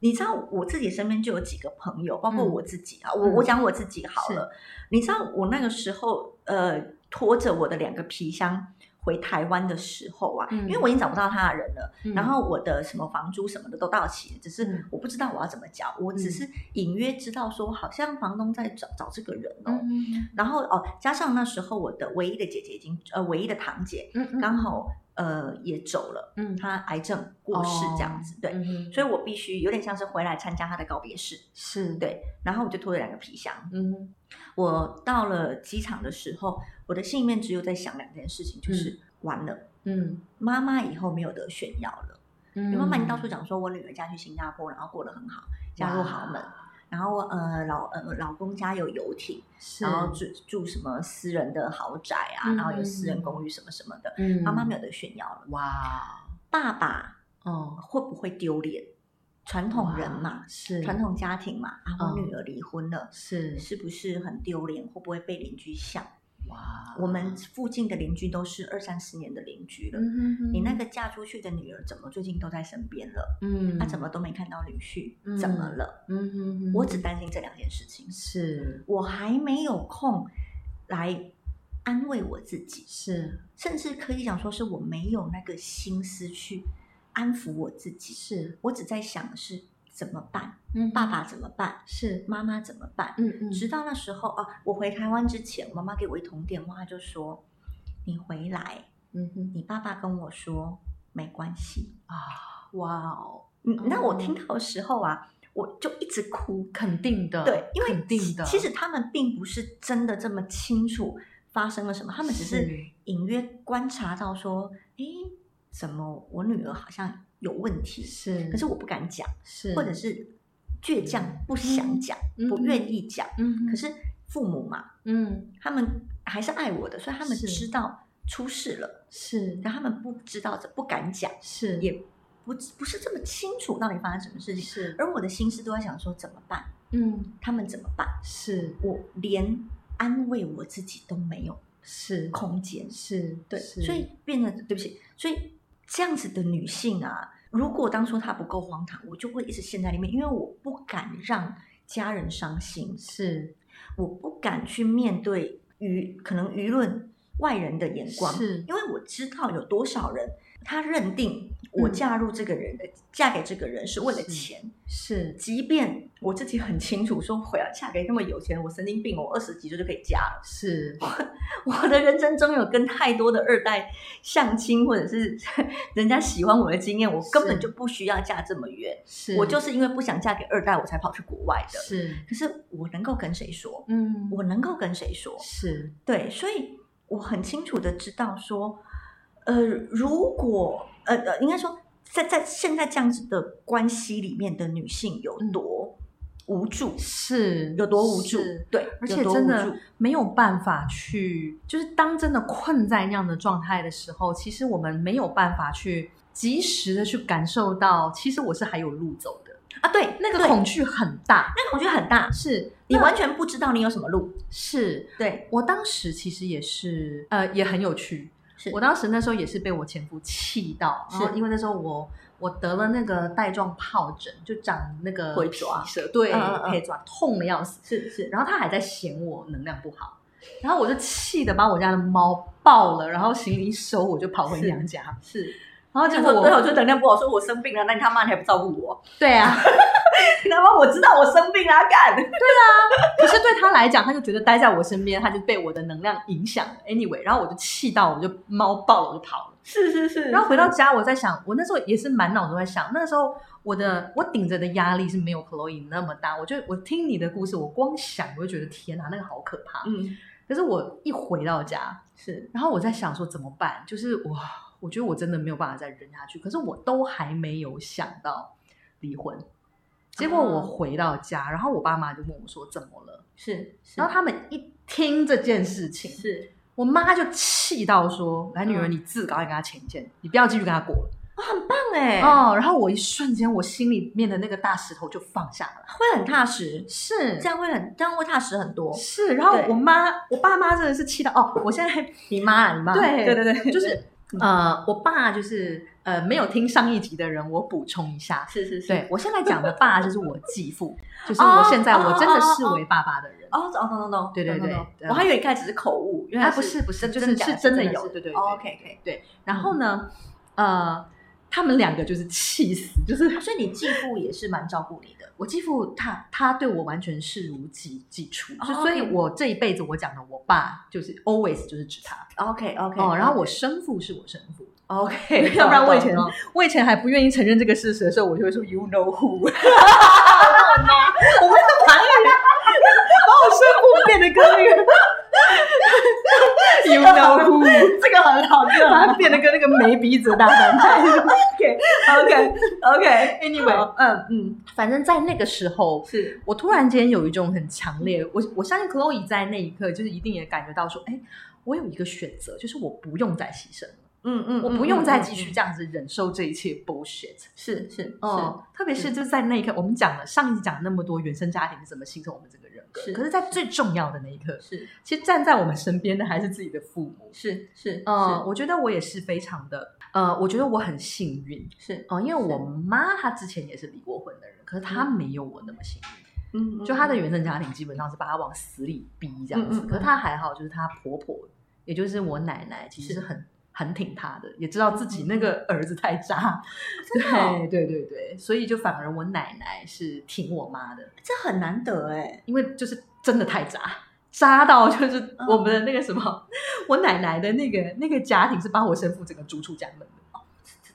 [SPEAKER 1] 你知道我自己身边就有几个朋友，包括
[SPEAKER 2] 嗯
[SPEAKER 1] 我自己啊，我我
[SPEAKER 2] 嗯
[SPEAKER 1] 讲我自己好了。你知道我那个时候呃拖着我的两个皮箱回台湾的时候啊，
[SPEAKER 2] 嗯
[SPEAKER 1] 因为我已经找不到他的人了，
[SPEAKER 2] 嗯
[SPEAKER 1] 然后我的什么房租什么的都到期了，只
[SPEAKER 2] 嗯
[SPEAKER 1] 是我不知道我要怎么缴，我只
[SPEAKER 2] 嗯
[SPEAKER 1] 是隐约知道说好像房东在找找这个人哦。
[SPEAKER 2] 嗯
[SPEAKER 1] 然后哦，加上那时候我的唯一的姐姐已经呃唯一的堂姐
[SPEAKER 2] 嗯
[SPEAKER 1] 刚好呃也走了，
[SPEAKER 2] 嗯
[SPEAKER 1] 她癌症过世这样子，对，
[SPEAKER 2] 嗯
[SPEAKER 1] 所以我必须有点像是回来参加她的告别式，
[SPEAKER 2] 是，
[SPEAKER 1] 对，然后我就拖着两个皮箱，
[SPEAKER 2] 嗯
[SPEAKER 1] 我到了机场的时候，我的心里面只有在想两件事情，就是、完了。
[SPEAKER 2] 嗯
[SPEAKER 1] 妈妈以后没有得炫耀了。因
[SPEAKER 2] 嗯
[SPEAKER 1] 为妈妈，你到处讲说我女儿嫁去新加坡，然后过得很好，嫁入豪门，然后呃老呃老公家有游艇，
[SPEAKER 2] 是
[SPEAKER 1] 然后住住什么私人的豪宅啊，
[SPEAKER 2] 嗯
[SPEAKER 1] 然后有私人公寓什么什么的。
[SPEAKER 2] 嗯
[SPEAKER 1] 妈妈没有得炫耀了，
[SPEAKER 2] 哇，
[SPEAKER 1] 爸爸
[SPEAKER 2] 哦，
[SPEAKER 1] 会不会丢脸？传统人嘛，
[SPEAKER 2] 是
[SPEAKER 1] 传统家庭嘛，啊，我
[SPEAKER 2] 嗯
[SPEAKER 1] 女儿离婚了，
[SPEAKER 2] 是
[SPEAKER 1] 是不是很丢脸？会不会被邻居笑？
[SPEAKER 2] 哇，
[SPEAKER 1] 我们附近的邻居都是二三十年的邻居了，
[SPEAKER 2] 嗯
[SPEAKER 1] 你那个嫁出去的女儿怎么最近都在身边了？
[SPEAKER 2] 嗯
[SPEAKER 1] 她怎么都没看到女婿？怎么了？
[SPEAKER 2] 嗯嗯
[SPEAKER 1] 我只担心这两件事情，
[SPEAKER 2] 是
[SPEAKER 1] 我还没有空来安慰我自己。
[SPEAKER 2] 是
[SPEAKER 1] 甚至可以讲说是我没有那个心思去安抚我自己，
[SPEAKER 2] 是
[SPEAKER 1] 我只在想的是怎么办，
[SPEAKER 2] 嗯
[SPEAKER 1] 爸爸怎么办，
[SPEAKER 2] 是
[SPEAKER 1] 妈妈怎么办。
[SPEAKER 2] 嗯嗯
[SPEAKER 1] 直到那时候啊，我回台湾之前，我妈妈给我一通电话，就说你回来，
[SPEAKER 2] 嗯哼
[SPEAKER 1] 你爸爸跟我说没关系。
[SPEAKER 2] 啊哇哦，
[SPEAKER 1] 嗯，那我
[SPEAKER 2] 哦
[SPEAKER 1] 听到的时候啊，我就一直哭。呃
[SPEAKER 2] 肯定的
[SPEAKER 1] 对，因为
[SPEAKER 2] 肯定
[SPEAKER 1] 其
[SPEAKER 2] 的，
[SPEAKER 1] 其实他们并不是真的这么清楚发生了什么，他们只是
[SPEAKER 2] 是
[SPEAKER 1] 隐约观察到说，诶，怎么我女儿好像有问题？
[SPEAKER 2] 是，
[SPEAKER 1] 可是我不敢讲，
[SPEAKER 2] 是
[SPEAKER 1] 或者是嗯倔强不想讲，不愿意讲。
[SPEAKER 2] 嗯，
[SPEAKER 1] 可是父母嘛，
[SPEAKER 2] 嗯
[SPEAKER 1] 他们还是爱我的，所以他们
[SPEAKER 2] 是
[SPEAKER 1] 知道出事了，
[SPEAKER 2] 是
[SPEAKER 1] 但他们不知道，不敢讲，
[SPEAKER 2] 是
[SPEAKER 1] 也不不是这么清楚到底发生什么事情。
[SPEAKER 2] 是
[SPEAKER 1] 而我的心思都在想说怎么办，
[SPEAKER 2] 嗯
[SPEAKER 1] 他们怎么办？
[SPEAKER 2] 是
[SPEAKER 1] 我连安慰我自己都没有
[SPEAKER 2] 是
[SPEAKER 1] 空间。
[SPEAKER 2] 是
[SPEAKER 1] 对，
[SPEAKER 2] 是
[SPEAKER 1] 所以变得对不起，所以这样子的女性啊，如果当初她不够荒唐，我就会一直陷在里面，因为我不敢让家人伤心，
[SPEAKER 2] 是
[SPEAKER 1] 我不敢去面对舆可能舆论外人的眼光，
[SPEAKER 2] 是
[SPEAKER 1] 因为我知道有多少人他认定我
[SPEAKER 2] 嗯
[SPEAKER 1] 嫁入这个人的、嫁给这个人是为了
[SPEAKER 2] 是
[SPEAKER 1] 钱，
[SPEAKER 2] 是
[SPEAKER 1] 即便我自己很清楚说我要嫁给那么有钱人，我神经病，我二十几岁就可以嫁了。
[SPEAKER 2] 是
[SPEAKER 1] 我的人生中有跟太多的二代相亲，或者是人家喜欢我的经验，我根本就不需要嫁这么远。
[SPEAKER 2] 是，
[SPEAKER 1] 我就是因为不想嫁给二代，我才跑去国外的。
[SPEAKER 2] 是
[SPEAKER 1] 可是我能够跟谁说？
[SPEAKER 2] 嗯
[SPEAKER 1] 我能够跟谁说？
[SPEAKER 2] 是
[SPEAKER 1] 对，所以我很清楚的知道说，呃，如果呃呃，应该说，在在现在这样子的关系里面的女性有多无助，
[SPEAKER 2] 是
[SPEAKER 1] 有多无助
[SPEAKER 2] 是？
[SPEAKER 1] 对，
[SPEAKER 2] 而
[SPEAKER 1] 有
[SPEAKER 2] 且
[SPEAKER 1] 多
[SPEAKER 2] 真
[SPEAKER 1] 无
[SPEAKER 2] 的
[SPEAKER 1] 助
[SPEAKER 2] 没有办法去，就是当真的困在那样的状态的时候，其实我们没有办法去及时的去感受到，其实我是还有路走的。
[SPEAKER 1] 啊，对，
[SPEAKER 2] 那个
[SPEAKER 1] 对
[SPEAKER 2] 恐惧很大，
[SPEAKER 1] 那个恐惧很大，
[SPEAKER 2] 是
[SPEAKER 1] 你
[SPEAKER 2] 那
[SPEAKER 1] 完全不知道你有什么路。
[SPEAKER 2] 是
[SPEAKER 1] 对，
[SPEAKER 2] 我当时其实也是，呃，也很有趣。
[SPEAKER 1] 是
[SPEAKER 2] 我当时那时候也是被我前夫气到，然
[SPEAKER 1] 是
[SPEAKER 2] 后因为那时候我我得了那个带状疱疹，就长那个
[SPEAKER 1] 回爪
[SPEAKER 2] 皮蛇，对，
[SPEAKER 1] 嗯嗯嗯
[SPEAKER 2] 可以抓，痛的要死。
[SPEAKER 1] 是是，
[SPEAKER 2] 然后他还在嫌我能量不好，然后我就气得把我家的猫抱了，然后行李一收我就跑回
[SPEAKER 1] 是
[SPEAKER 2] 娘家，
[SPEAKER 1] 是，
[SPEAKER 2] 然后结
[SPEAKER 1] 结
[SPEAKER 2] 果
[SPEAKER 1] 果
[SPEAKER 2] 我
[SPEAKER 1] 对我就能量不好，说我生病了，那你他妈你还不照顾我？
[SPEAKER 2] 对 啊，
[SPEAKER 1] 你他妈我知道我生病啦，干！
[SPEAKER 2] 啊可是对他来讲，他就觉得待在我身边，他就被我的能量影响了。Anyway，然后我就气到我就猫抱了我就跑了。
[SPEAKER 1] 是是是
[SPEAKER 2] 然
[SPEAKER 1] 然
[SPEAKER 2] 后
[SPEAKER 1] 后
[SPEAKER 2] 回
[SPEAKER 1] 回
[SPEAKER 2] 到
[SPEAKER 1] 到
[SPEAKER 2] 家，我在想，我那时候也是满脑子都在想，那时候我的我顶着的压力是没有 Chloe 那么大。我就我听你的故事，我光想我就觉得天啊哪，那个好可怕。
[SPEAKER 1] 嗯
[SPEAKER 2] 可是我一回到家，
[SPEAKER 1] 是
[SPEAKER 2] 然后我在想说怎么办，就是我我觉得我真的没有办法再忍下去，可是我都还没有想到离婚。结果我
[SPEAKER 1] 哦
[SPEAKER 2] 回到家，然后我爸妈就问我说怎么了，
[SPEAKER 1] 是是
[SPEAKER 2] 然后他们一听这件事情，
[SPEAKER 1] 是
[SPEAKER 2] 我妈就气到说：“来，女儿，
[SPEAKER 1] 嗯
[SPEAKER 2] 你自赶快跟他前见，你不要继续跟他过了。
[SPEAKER 1] 棒哎、
[SPEAKER 2] 哦，然后我一瞬间，我心里面的那个大石头就放下了。
[SPEAKER 1] 会很踏实，
[SPEAKER 2] 是
[SPEAKER 1] 这样会很这样会踏实很多。
[SPEAKER 2] 是，然后
[SPEAKER 1] 对
[SPEAKER 2] 我妈，我爸妈真的是气到哦，我现在
[SPEAKER 1] 你妈啊，你妈，
[SPEAKER 2] 对
[SPEAKER 1] 对对
[SPEAKER 2] 对，就是
[SPEAKER 1] 嗯
[SPEAKER 2] 呃，我爸就是呃，没有听上一集的人，我补充一下，
[SPEAKER 1] 是是是，
[SPEAKER 2] 对我现在讲的爸就是我继父，就是
[SPEAKER 1] 哦
[SPEAKER 2] 我现在我真的
[SPEAKER 1] 哦哦哦
[SPEAKER 2] 视为爸爸的人。
[SPEAKER 1] 哦，懂懂懂懂，
[SPEAKER 2] 对对
[SPEAKER 1] 懂
[SPEAKER 2] 对
[SPEAKER 1] 懂懂
[SPEAKER 2] 对
[SPEAKER 1] 我还以为一开始只是口误，原来
[SPEAKER 2] 啊不是不是就是
[SPEAKER 1] 真的假
[SPEAKER 2] 是真的
[SPEAKER 1] 的
[SPEAKER 2] 有
[SPEAKER 1] 是
[SPEAKER 2] 对对
[SPEAKER 1] 哦
[SPEAKER 2] 对
[SPEAKER 1] ，OK OK。
[SPEAKER 2] 然后呢，呃，他们两个就是气死，就是
[SPEAKER 1] 所以你继父也是蛮照顾你的，
[SPEAKER 2] 我继父他他对我完全视如己己出，
[SPEAKER 1] 哦
[SPEAKER 2] 就所以
[SPEAKER 1] OK
[SPEAKER 2] 我这一辈子我讲的我爸就是 always 就是指他
[SPEAKER 1] OK OK，
[SPEAKER 2] 哦，然后我生父是我生父，
[SPEAKER 1] OK，
[SPEAKER 2] 要不然我以前
[SPEAKER 1] 懂
[SPEAKER 2] 我以前还不愿意承认这个事实的时候，我就会说 you know who，我 我会把那个人把我生父变得跟 那个 you know who
[SPEAKER 1] 这个很好用
[SPEAKER 2] 把它变得跟那个没鼻子的大反派。
[SPEAKER 1] OK OK，
[SPEAKER 2] Anyway，嗯，
[SPEAKER 1] 嗯，
[SPEAKER 2] 反正在那个时候，
[SPEAKER 1] 是
[SPEAKER 2] 我突然间有一种很强烈，我我相信 Chloe 在那一刻就是一定也感觉到说，哎，我有一个选择，就是我不用再牺牲了，
[SPEAKER 1] 嗯嗯
[SPEAKER 2] 我不用再继续
[SPEAKER 1] 嗯
[SPEAKER 2] 这样子忍受这一切 bullshit。
[SPEAKER 1] 是嗯是
[SPEAKER 2] 哦，特别是就是在那一刻，我们讲了上一集讲了那么多原生家庭是怎么形成我们这个人格，
[SPEAKER 1] 是
[SPEAKER 2] 可是，在最重要的那一刻，
[SPEAKER 1] 是
[SPEAKER 2] 其实站在我们身边的还是自己的父母。
[SPEAKER 1] 是是
[SPEAKER 2] 呃，我觉得我也是非常的，呃，我觉得我很幸运
[SPEAKER 1] 是是
[SPEAKER 2] 哦、呃因为我妈她之前也是离过婚的人，可是她没有我那么幸运，
[SPEAKER 1] 嗯
[SPEAKER 2] 就她的原生家庭基本上是把她往死里逼这样
[SPEAKER 1] 嗯
[SPEAKER 2] 子，
[SPEAKER 1] 嗯嗯
[SPEAKER 2] 可是她还好，就是她婆婆，也就是我奶奶，其实是
[SPEAKER 1] 是嗯
[SPEAKER 2] 很很挺她的，也知道自己那个儿子太渣，
[SPEAKER 1] 真的哦
[SPEAKER 2] 对对对对，所以就反而我奶奶是挺我妈的，
[SPEAKER 1] 这很难得哎，
[SPEAKER 2] 因为就是真的太渣，渣到就是
[SPEAKER 1] 嗯
[SPEAKER 2] 我们的那个什么，我奶奶的那个那个家庭是把我生父整个逐出家门的，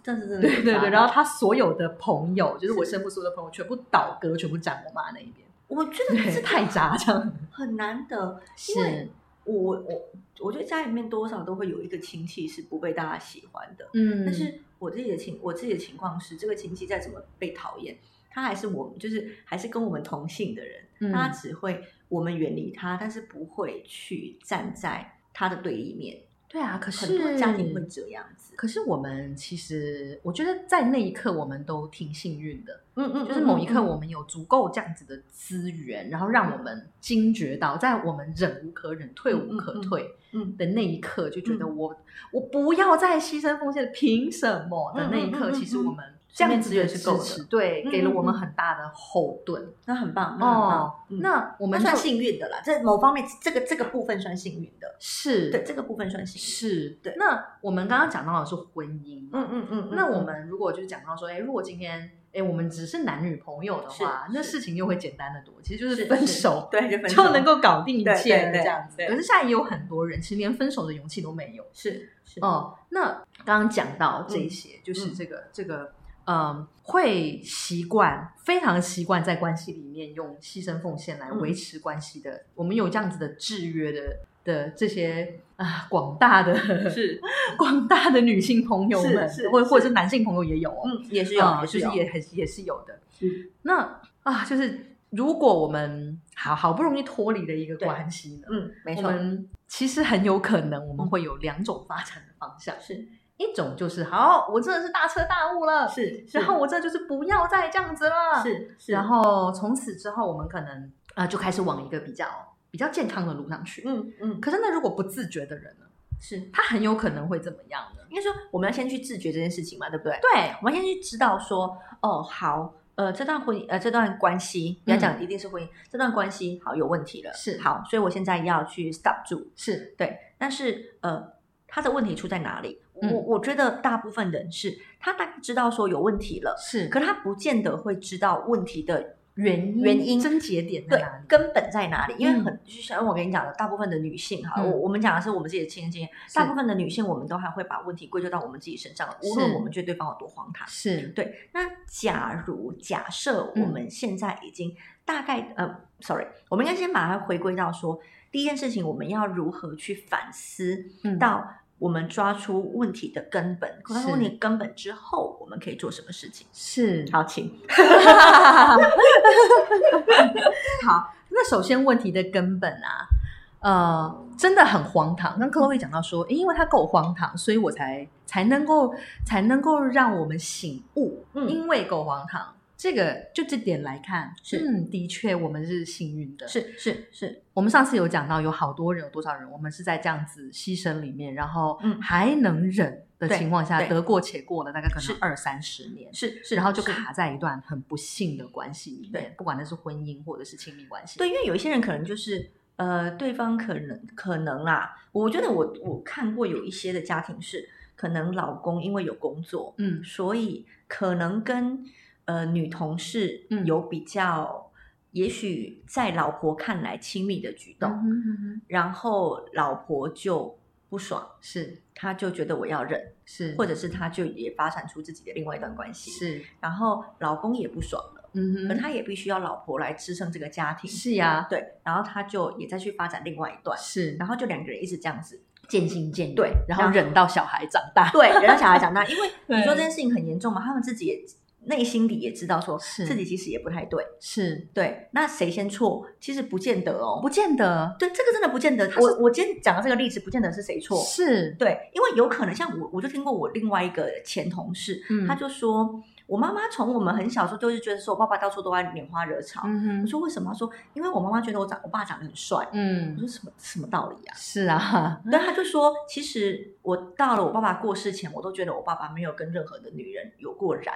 [SPEAKER 1] 这是真的
[SPEAKER 2] 对对对，然
[SPEAKER 1] 后
[SPEAKER 2] 后她所有的朋友，就是我生父所有的朋友，全部倒戈，全部站我妈那一边，
[SPEAKER 1] 我觉得
[SPEAKER 2] 对，
[SPEAKER 1] 这
[SPEAKER 2] 太渣这样，
[SPEAKER 1] 很难得，因为
[SPEAKER 2] 是，
[SPEAKER 1] 我我我觉得家里面多少都会有一个亲戚是不被大家喜欢的，
[SPEAKER 2] 嗯
[SPEAKER 1] 但是我自己的情我自己的情况是，这个亲戚再怎么被讨厌，他还是我就是还是跟我们同姓的人，他
[SPEAKER 2] 嗯
[SPEAKER 1] 只会我们远离他，但是不会去站在他的对立面。
[SPEAKER 2] 对啊，可
[SPEAKER 1] 很多
[SPEAKER 2] 是
[SPEAKER 1] 家庭会这样子，
[SPEAKER 2] 可是我们其实，我觉得在那一刻，我们都挺幸运的。
[SPEAKER 1] 嗯嗯
[SPEAKER 2] 就是某一刻我们有足够这样子的资源，然后让我们惊觉到，在我们忍无可忍、退无可退
[SPEAKER 1] 嗯
[SPEAKER 2] 的那一刻，就觉得我我不要再牺牲奉献，凭什么的那一
[SPEAKER 1] 嗯嗯
[SPEAKER 2] 刻，
[SPEAKER 1] 嗯嗯
[SPEAKER 2] 其实我们
[SPEAKER 1] 身
[SPEAKER 2] 这样
[SPEAKER 1] 边
[SPEAKER 2] 子
[SPEAKER 1] 资源是
[SPEAKER 2] 支
[SPEAKER 1] 够的
[SPEAKER 2] 持对，
[SPEAKER 1] 嗯
[SPEAKER 2] 给了我们
[SPEAKER 1] 嗯嗯
[SPEAKER 2] 很大的后盾。
[SPEAKER 1] 那很棒那很
[SPEAKER 2] 哦
[SPEAKER 1] 棒，嗯
[SPEAKER 2] 那
[SPEAKER 1] 那
[SPEAKER 2] 我们
[SPEAKER 1] 算
[SPEAKER 2] 就
[SPEAKER 1] 幸运的啦，在某方面这个这个部分算幸运的，
[SPEAKER 2] 是
[SPEAKER 1] 对这个部分算幸运。
[SPEAKER 2] 是，
[SPEAKER 1] 对
[SPEAKER 2] 那我们刚刚讲到的是婚姻嘛，
[SPEAKER 1] 嗯嗯嗯，嗯
[SPEAKER 2] 那我们如果就是讲到说，哎，如果今天哎我们只是男女朋友的话，
[SPEAKER 1] 是
[SPEAKER 2] 那
[SPEAKER 1] 是
[SPEAKER 2] 事情又会简单的多，其实就是是分手
[SPEAKER 1] 是对，就分手
[SPEAKER 2] 就能够搞定一
[SPEAKER 1] 对
[SPEAKER 2] 切
[SPEAKER 1] 对
[SPEAKER 2] 了
[SPEAKER 1] 对
[SPEAKER 2] 这样子。
[SPEAKER 1] 对
[SPEAKER 2] 可是现在也有很多人其实连分手的勇气都没有。
[SPEAKER 1] 是嗯是
[SPEAKER 2] 哦，那刚刚讲到这些，就是这个这个，嗯，会习惯非常习惯在关系里面用牺牲奉献来
[SPEAKER 1] 嗯
[SPEAKER 2] 维持关系的，我们有这样子的制约的的这些啊广大的
[SPEAKER 1] 是
[SPEAKER 2] 广大的女性朋友们
[SPEAKER 1] 是是，
[SPEAKER 2] 或
[SPEAKER 1] 是
[SPEAKER 2] 或者是男性朋友也有哦，
[SPEAKER 1] 嗯也是
[SPEAKER 2] 啊
[SPEAKER 1] 有，
[SPEAKER 2] 就是
[SPEAKER 1] 有
[SPEAKER 2] 也很也是有的。
[SPEAKER 1] 嗯
[SPEAKER 2] 那啊，就是如果我们好好不容易脱离了一个
[SPEAKER 1] 对
[SPEAKER 2] 关系呢，
[SPEAKER 1] 嗯没
[SPEAKER 2] 我
[SPEAKER 1] 错嗯
[SPEAKER 2] 们其实很有可能我们会有两种发展的方向，
[SPEAKER 1] 是
[SPEAKER 2] 一种就是好，我真的是大彻大悟了，
[SPEAKER 1] 是，
[SPEAKER 2] 然后我这就是不要再这样子了，，
[SPEAKER 1] 是是，
[SPEAKER 2] 然后从此之后我们可能啊、呃就开始往一个比较比较健康的路上去。
[SPEAKER 1] 嗯嗯
[SPEAKER 2] 可是那如果不自觉的人呢，
[SPEAKER 1] 是
[SPEAKER 2] 他很有可能会怎么样呢？
[SPEAKER 1] 应该说我们要先去自觉这件事情嘛，对不对？
[SPEAKER 2] 对，
[SPEAKER 1] 我们先去知道说，哦，好，呃，这段婚姻，呃，这段关系，不要讲一定是婚姻，这段关系好有问题了，
[SPEAKER 2] 是
[SPEAKER 1] 好，所以我现在要去 stop 住，
[SPEAKER 2] 是，
[SPEAKER 1] 对，但是呃，他的问题出在哪里？
[SPEAKER 2] 嗯
[SPEAKER 1] 我我觉得大部分人是他大概知道说有问题了，
[SPEAKER 2] 是
[SPEAKER 1] 可他不见得会知道问题的
[SPEAKER 2] 原因
[SPEAKER 1] 原因
[SPEAKER 2] 症结点在
[SPEAKER 1] 对
[SPEAKER 2] 哪里？
[SPEAKER 1] 根本在哪里？因为
[SPEAKER 2] 嗯
[SPEAKER 1] 很就像我跟你讲的，大部分的女性哈，
[SPEAKER 2] 嗯
[SPEAKER 1] 我我们讲的是我们自己的亲身经验，
[SPEAKER 2] 是
[SPEAKER 1] 大部分的女性我们都还会把问题归咎到我们自己身上，无论
[SPEAKER 2] 是
[SPEAKER 1] 我们觉得对方有多荒唐。
[SPEAKER 2] 是
[SPEAKER 1] 对，那假如假设我
[SPEAKER 2] 嗯
[SPEAKER 1] 们现在已经大概、呃，sorry，我们应该先把它回归到说，第一件事情我们要如何去反思
[SPEAKER 2] 嗯
[SPEAKER 1] 到我们抓出问题的根本，抓出问题根本之后，我们可以做什么事情？
[SPEAKER 2] 是
[SPEAKER 1] 好，请
[SPEAKER 2] 好，那首先问题的根本啊，呃，真的很荒唐。
[SPEAKER 1] 嗯
[SPEAKER 2] 刚 Chloe 讲到说，诶因为它够荒唐，所以我才才能够才能够让我们醒悟，
[SPEAKER 1] 嗯
[SPEAKER 2] 因为够荒唐。这个就这点来看，
[SPEAKER 1] 是
[SPEAKER 2] 嗯，的确我们是幸运的。
[SPEAKER 1] 是是是，
[SPEAKER 2] 我们上次有讲到，有好多人，有多少人，我们是在这样子牺牲里面，然后
[SPEAKER 1] 嗯
[SPEAKER 2] 还能忍的
[SPEAKER 1] 对
[SPEAKER 2] 情况下，
[SPEAKER 1] 对
[SPEAKER 2] 得过且过了大概可
[SPEAKER 1] 是
[SPEAKER 2] 能二三十年。
[SPEAKER 1] 是是，
[SPEAKER 2] 然后就是卡在一段很不幸的关系里面
[SPEAKER 1] 对，
[SPEAKER 2] 不管那是婚姻或者是亲密关系。
[SPEAKER 1] 对，因为有一些人可能就是呃，对方可能可能啦，我觉得我我看过有一些的家庭是，可能老公因为有工作，
[SPEAKER 2] 嗯，
[SPEAKER 1] 所以可能跟呃女同事
[SPEAKER 2] 嗯
[SPEAKER 1] 有比较，也许在老婆看来亲密的举动，
[SPEAKER 2] 嗯哼嗯哼
[SPEAKER 1] 然后老婆就不爽，
[SPEAKER 2] 是
[SPEAKER 1] 她就觉得我要忍，
[SPEAKER 2] 是，
[SPEAKER 1] 或者是她就也发展出自己的另外一段关系，
[SPEAKER 2] 是
[SPEAKER 1] 然后老公也不爽了，
[SPEAKER 2] 嗯
[SPEAKER 1] 可
[SPEAKER 2] 哼，
[SPEAKER 1] 他也必须要老婆来支撑这个家庭，
[SPEAKER 2] 是呀，
[SPEAKER 1] 对，然后他就也再去发展另外一段，
[SPEAKER 2] 是，
[SPEAKER 1] 然后就两个人一直这样子，
[SPEAKER 2] 渐行渐远，
[SPEAKER 1] 对然
[SPEAKER 2] 然后
[SPEAKER 1] 后
[SPEAKER 2] 忍到小孩长大，
[SPEAKER 1] 对，人家小孩长大，因为你说
[SPEAKER 2] 对
[SPEAKER 1] 这件事情很严重嘛，他们自己也内心里也知道说
[SPEAKER 2] 是
[SPEAKER 1] 自己其实也不太对，
[SPEAKER 2] 是
[SPEAKER 1] 对，那谁先错，其实不见得哦，
[SPEAKER 2] 不见得
[SPEAKER 1] 对，这个真的不见得。我我今天讲的这个例子，不见得是谁错，
[SPEAKER 2] 是，
[SPEAKER 1] 对，因为有可能像我，我就听过我另外一个前同事，
[SPEAKER 2] 嗯
[SPEAKER 1] 他就说，我妈妈从我们很小时候就是觉得说我爸爸到处都在拈花惹草，
[SPEAKER 2] 嗯
[SPEAKER 1] 我
[SPEAKER 2] 哼，
[SPEAKER 1] 说为什么？他说因为我妈妈觉得我长我爸长得很帅，我
[SPEAKER 2] 嗯，
[SPEAKER 1] 说什么什么道理啊？
[SPEAKER 2] 是啊，
[SPEAKER 1] 但他就说，其实我到了我爸爸过世前，我都觉得我爸爸没有跟任何的女人有过染，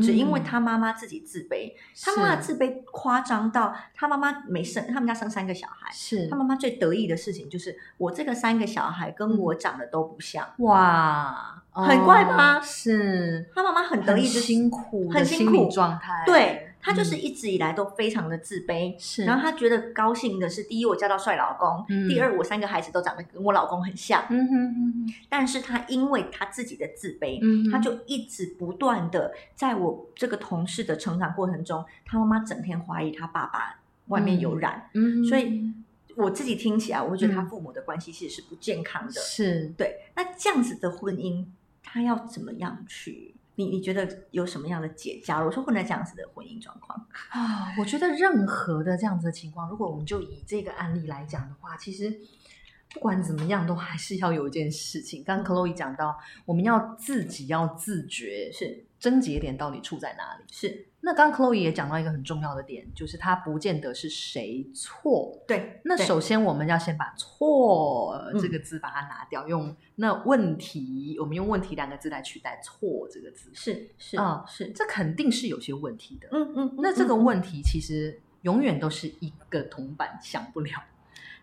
[SPEAKER 1] 只因为他妈妈自己自卑。他妈妈
[SPEAKER 2] 嗯是
[SPEAKER 1] 自卑夸张到，他妈妈没生，他们家生三个小孩，
[SPEAKER 2] 是
[SPEAKER 1] 他妈妈最得意的事情就是，我这个三个小孩跟我长得都不像。
[SPEAKER 2] 哇，
[SPEAKER 1] 很怪吧
[SPEAKER 2] 哦是，
[SPEAKER 1] 他妈妈很得意
[SPEAKER 2] 很
[SPEAKER 1] 就是
[SPEAKER 2] 辛苦的
[SPEAKER 1] 很辛
[SPEAKER 2] 心理
[SPEAKER 1] 苦
[SPEAKER 2] 状态，
[SPEAKER 1] 对他就是
[SPEAKER 2] 嗯
[SPEAKER 1] 一直以来都非常的自卑。
[SPEAKER 2] 是，
[SPEAKER 1] 然后他觉得高兴的是，第一我嫁到帅老公，
[SPEAKER 2] 嗯
[SPEAKER 1] 第二我三个孩子都长得跟我老公很像。
[SPEAKER 2] 嗯哼哼哼，
[SPEAKER 1] 但是他因为他自己的自卑，
[SPEAKER 2] 嗯哼
[SPEAKER 1] 他就一直不断的在我这个同事的成长过程中，他妈妈整天怀疑他爸爸外面有染，
[SPEAKER 2] 嗯，
[SPEAKER 1] 所以我自己听起来，我会觉得他
[SPEAKER 2] 嗯
[SPEAKER 1] 父母的关系其实是不健康的。
[SPEAKER 2] 是
[SPEAKER 1] 对，那这样子的婚姻，他要怎么样去？你你觉得有什么样的解？假如说混在这样子的婚姻状况，
[SPEAKER 2] 啊，我觉得任何的这样子的情况，如果我们就以这个案例来讲的话，其实不管怎么样，都还是要有一件事情。刚刚 Chloe 讲到，我们要自己要自觉，
[SPEAKER 1] 是
[SPEAKER 2] 症结点到底处在哪里？
[SPEAKER 1] 是，
[SPEAKER 2] 那刚刚 Chloe 也讲到一个很重要的点，就是它不见得是谁错。
[SPEAKER 1] 对，
[SPEAKER 2] 那
[SPEAKER 1] 对
[SPEAKER 2] 首先，我们要先把“错”
[SPEAKER 1] 嗯
[SPEAKER 2] 这个字把它拿掉，用那问题，我们用“问题”两个字来取代“错”这个字，
[SPEAKER 1] 是是
[SPEAKER 2] 啊
[SPEAKER 1] 是，
[SPEAKER 2] 这肯定是有些问题的。
[SPEAKER 1] 嗯嗯，
[SPEAKER 2] 那这个问题其实永远都是一个铜板想不了，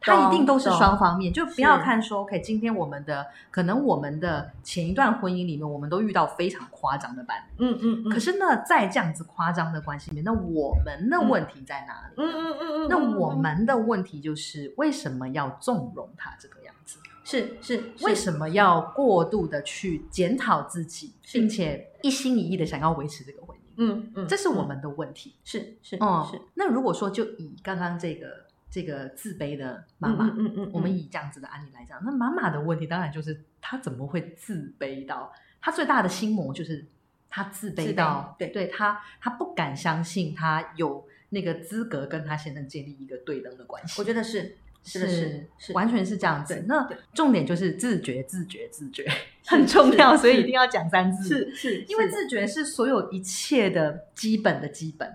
[SPEAKER 2] 它一定都是双方面，就不要看说 OK，今天我们的可能我们的前一段婚姻里面，我们都遇到非常夸张的伴侣，
[SPEAKER 1] 嗯嗯嗯，
[SPEAKER 2] 可是呢，在这样子夸张的关系里面，那我们的问题在哪里？
[SPEAKER 1] 嗯嗯嗯嗯，
[SPEAKER 2] 那
[SPEAKER 1] 嗯
[SPEAKER 2] 我
[SPEAKER 1] 嗯
[SPEAKER 2] 们的问题就是为什么要纵容他这个样子？
[SPEAKER 1] 是是
[SPEAKER 2] 为
[SPEAKER 1] 是
[SPEAKER 2] 什么要过度的去检讨自己，
[SPEAKER 1] 是
[SPEAKER 2] 并且一心一意的想要维持这个婚姻？
[SPEAKER 1] 嗯嗯，
[SPEAKER 2] 这是我
[SPEAKER 1] 嗯
[SPEAKER 2] 们的问题。
[SPEAKER 1] 是是
[SPEAKER 2] 哦、
[SPEAKER 1] 是
[SPEAKER 2] 那如果说就以刚刚这个这个自卑的妈
[SPEAKER 1] 嗯
[SPEAKER 2] 妈，
[SPEAKER 1] 嗯嗯嗯，
[SPEAKER 2] 我们
[SPEAKER 1] 嗯
[SPEAKER 2] 以这样子的案例来讲，那妈妈的问题当然就是她怎么会自卑到她最大的心魔就是她自
[SPEAKER 1] 自
[SPEAKER 2] 卑
[SPEAKER 1] 卑
[SPEAKER 2] 到
[SPEAKER 1] 对
[SPEAKER 2] 对她她不敢相信她有那个资格跟她先生建立一个对等的关系。
[SPEAKER 1] 我觉得是真的是是
[SPEAKER 2] 完全是这样子
[SPEAKER 1] 对。
[SPEAKER 2] 那
[SPEAKER 1] 对
[SPEAKER 2] 重点就是自觉，自觉，自觉 很重要，
[SPEAKER 1] 是
[SPEAKER 2] 所以
[SPEAKER 1] 是
[SPEAKER 2] 一定要讲三次。
[SPEAKER 1] 是是，
[SPEAKER 2] 因为
[SPEAKER 1] 是
[SPEAKER 2] 自觉是所有一切的基本的基本。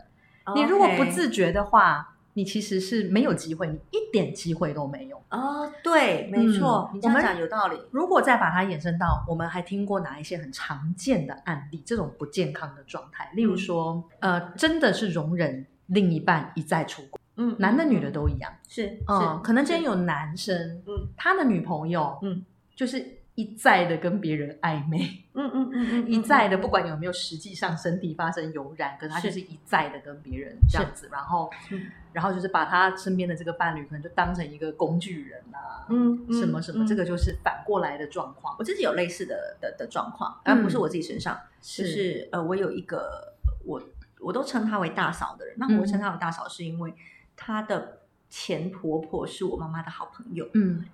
[SPEAKER 2] 你
[SPEAKER 1] OK
[SPEAKER 2] 如果不自觉的话，你其实是没有机会，你一点机会都没有。
[SPEAKER 1] 哦，对，没错，
[SPEAKER 2] 嗯
[SPEAKER 1] 你这样
[SPEAKER 2] 我们
[SPEAKER 1] 讲有道理，
[SPEAKER 2] 如果再把它衍生到，我们还听过哪一些很常见的案例？这种不健康的状态，例
[SPEAKER 1] 嗯
[SPEAKER 2] 如说，呃，真的是容忍另一半一再出轨，
[SPEAKER 1] 嗯，
[SPEAKER 2] 男的女的
[SPEAKER 1] 嗯
[SPEAKER 2] 都一样。
[SPEAKER 1] 是是，
[SPEAKER 2] 嗯，可能今天
[SPEAKER 1] 是
[SPEAKER 2] 有男生，
[SPEAKER 1] 嗯
[SPEAKER 2] 他的女朋友，
[SPEAKER 1] 嗯，
[SPEAKER 2] 就是一再的跟别人暧昧，
[SPEAKER 1] 嗯嗯嗯嗯
[SPEAKER 2] 一
[SPEAKER 1] 嗯
[SPEAKER 2] 再
[SPEAKER 1] 嗯
[SPEAKER 2] 的，不管有没有实际上身体发生有染，可是他就是是一再的跟别人这样子，然后
[SPEAKER 1] 嗯，
[SPEAKER 2] 然后就是把他身边的这个伴侣可能就当成一个工具人啊，
[SPEAKER 1] 嗯
[SPEAKER 2] 什么什么，
[SPEAKER 1] 嗯
[SPEAKER 2] 这。
[SPEAKER 1] 嗯
[SPEAKER 2] 个就是反过来的状况，
[SPEAKER 1] 我自己有类似的的的状况，而不是
[SPEAKER 2] 嗯
[SPEAKER 1] 我自己身上，就是呃，我有一个我我都称她为大嫂的人，那我会称
[SPEAKER 2] 嗯
[SPEAKER 1] 她为大嫂是因为她的前婆婆是我妈妈的好朋友，
[SPEAKER 2] 嗯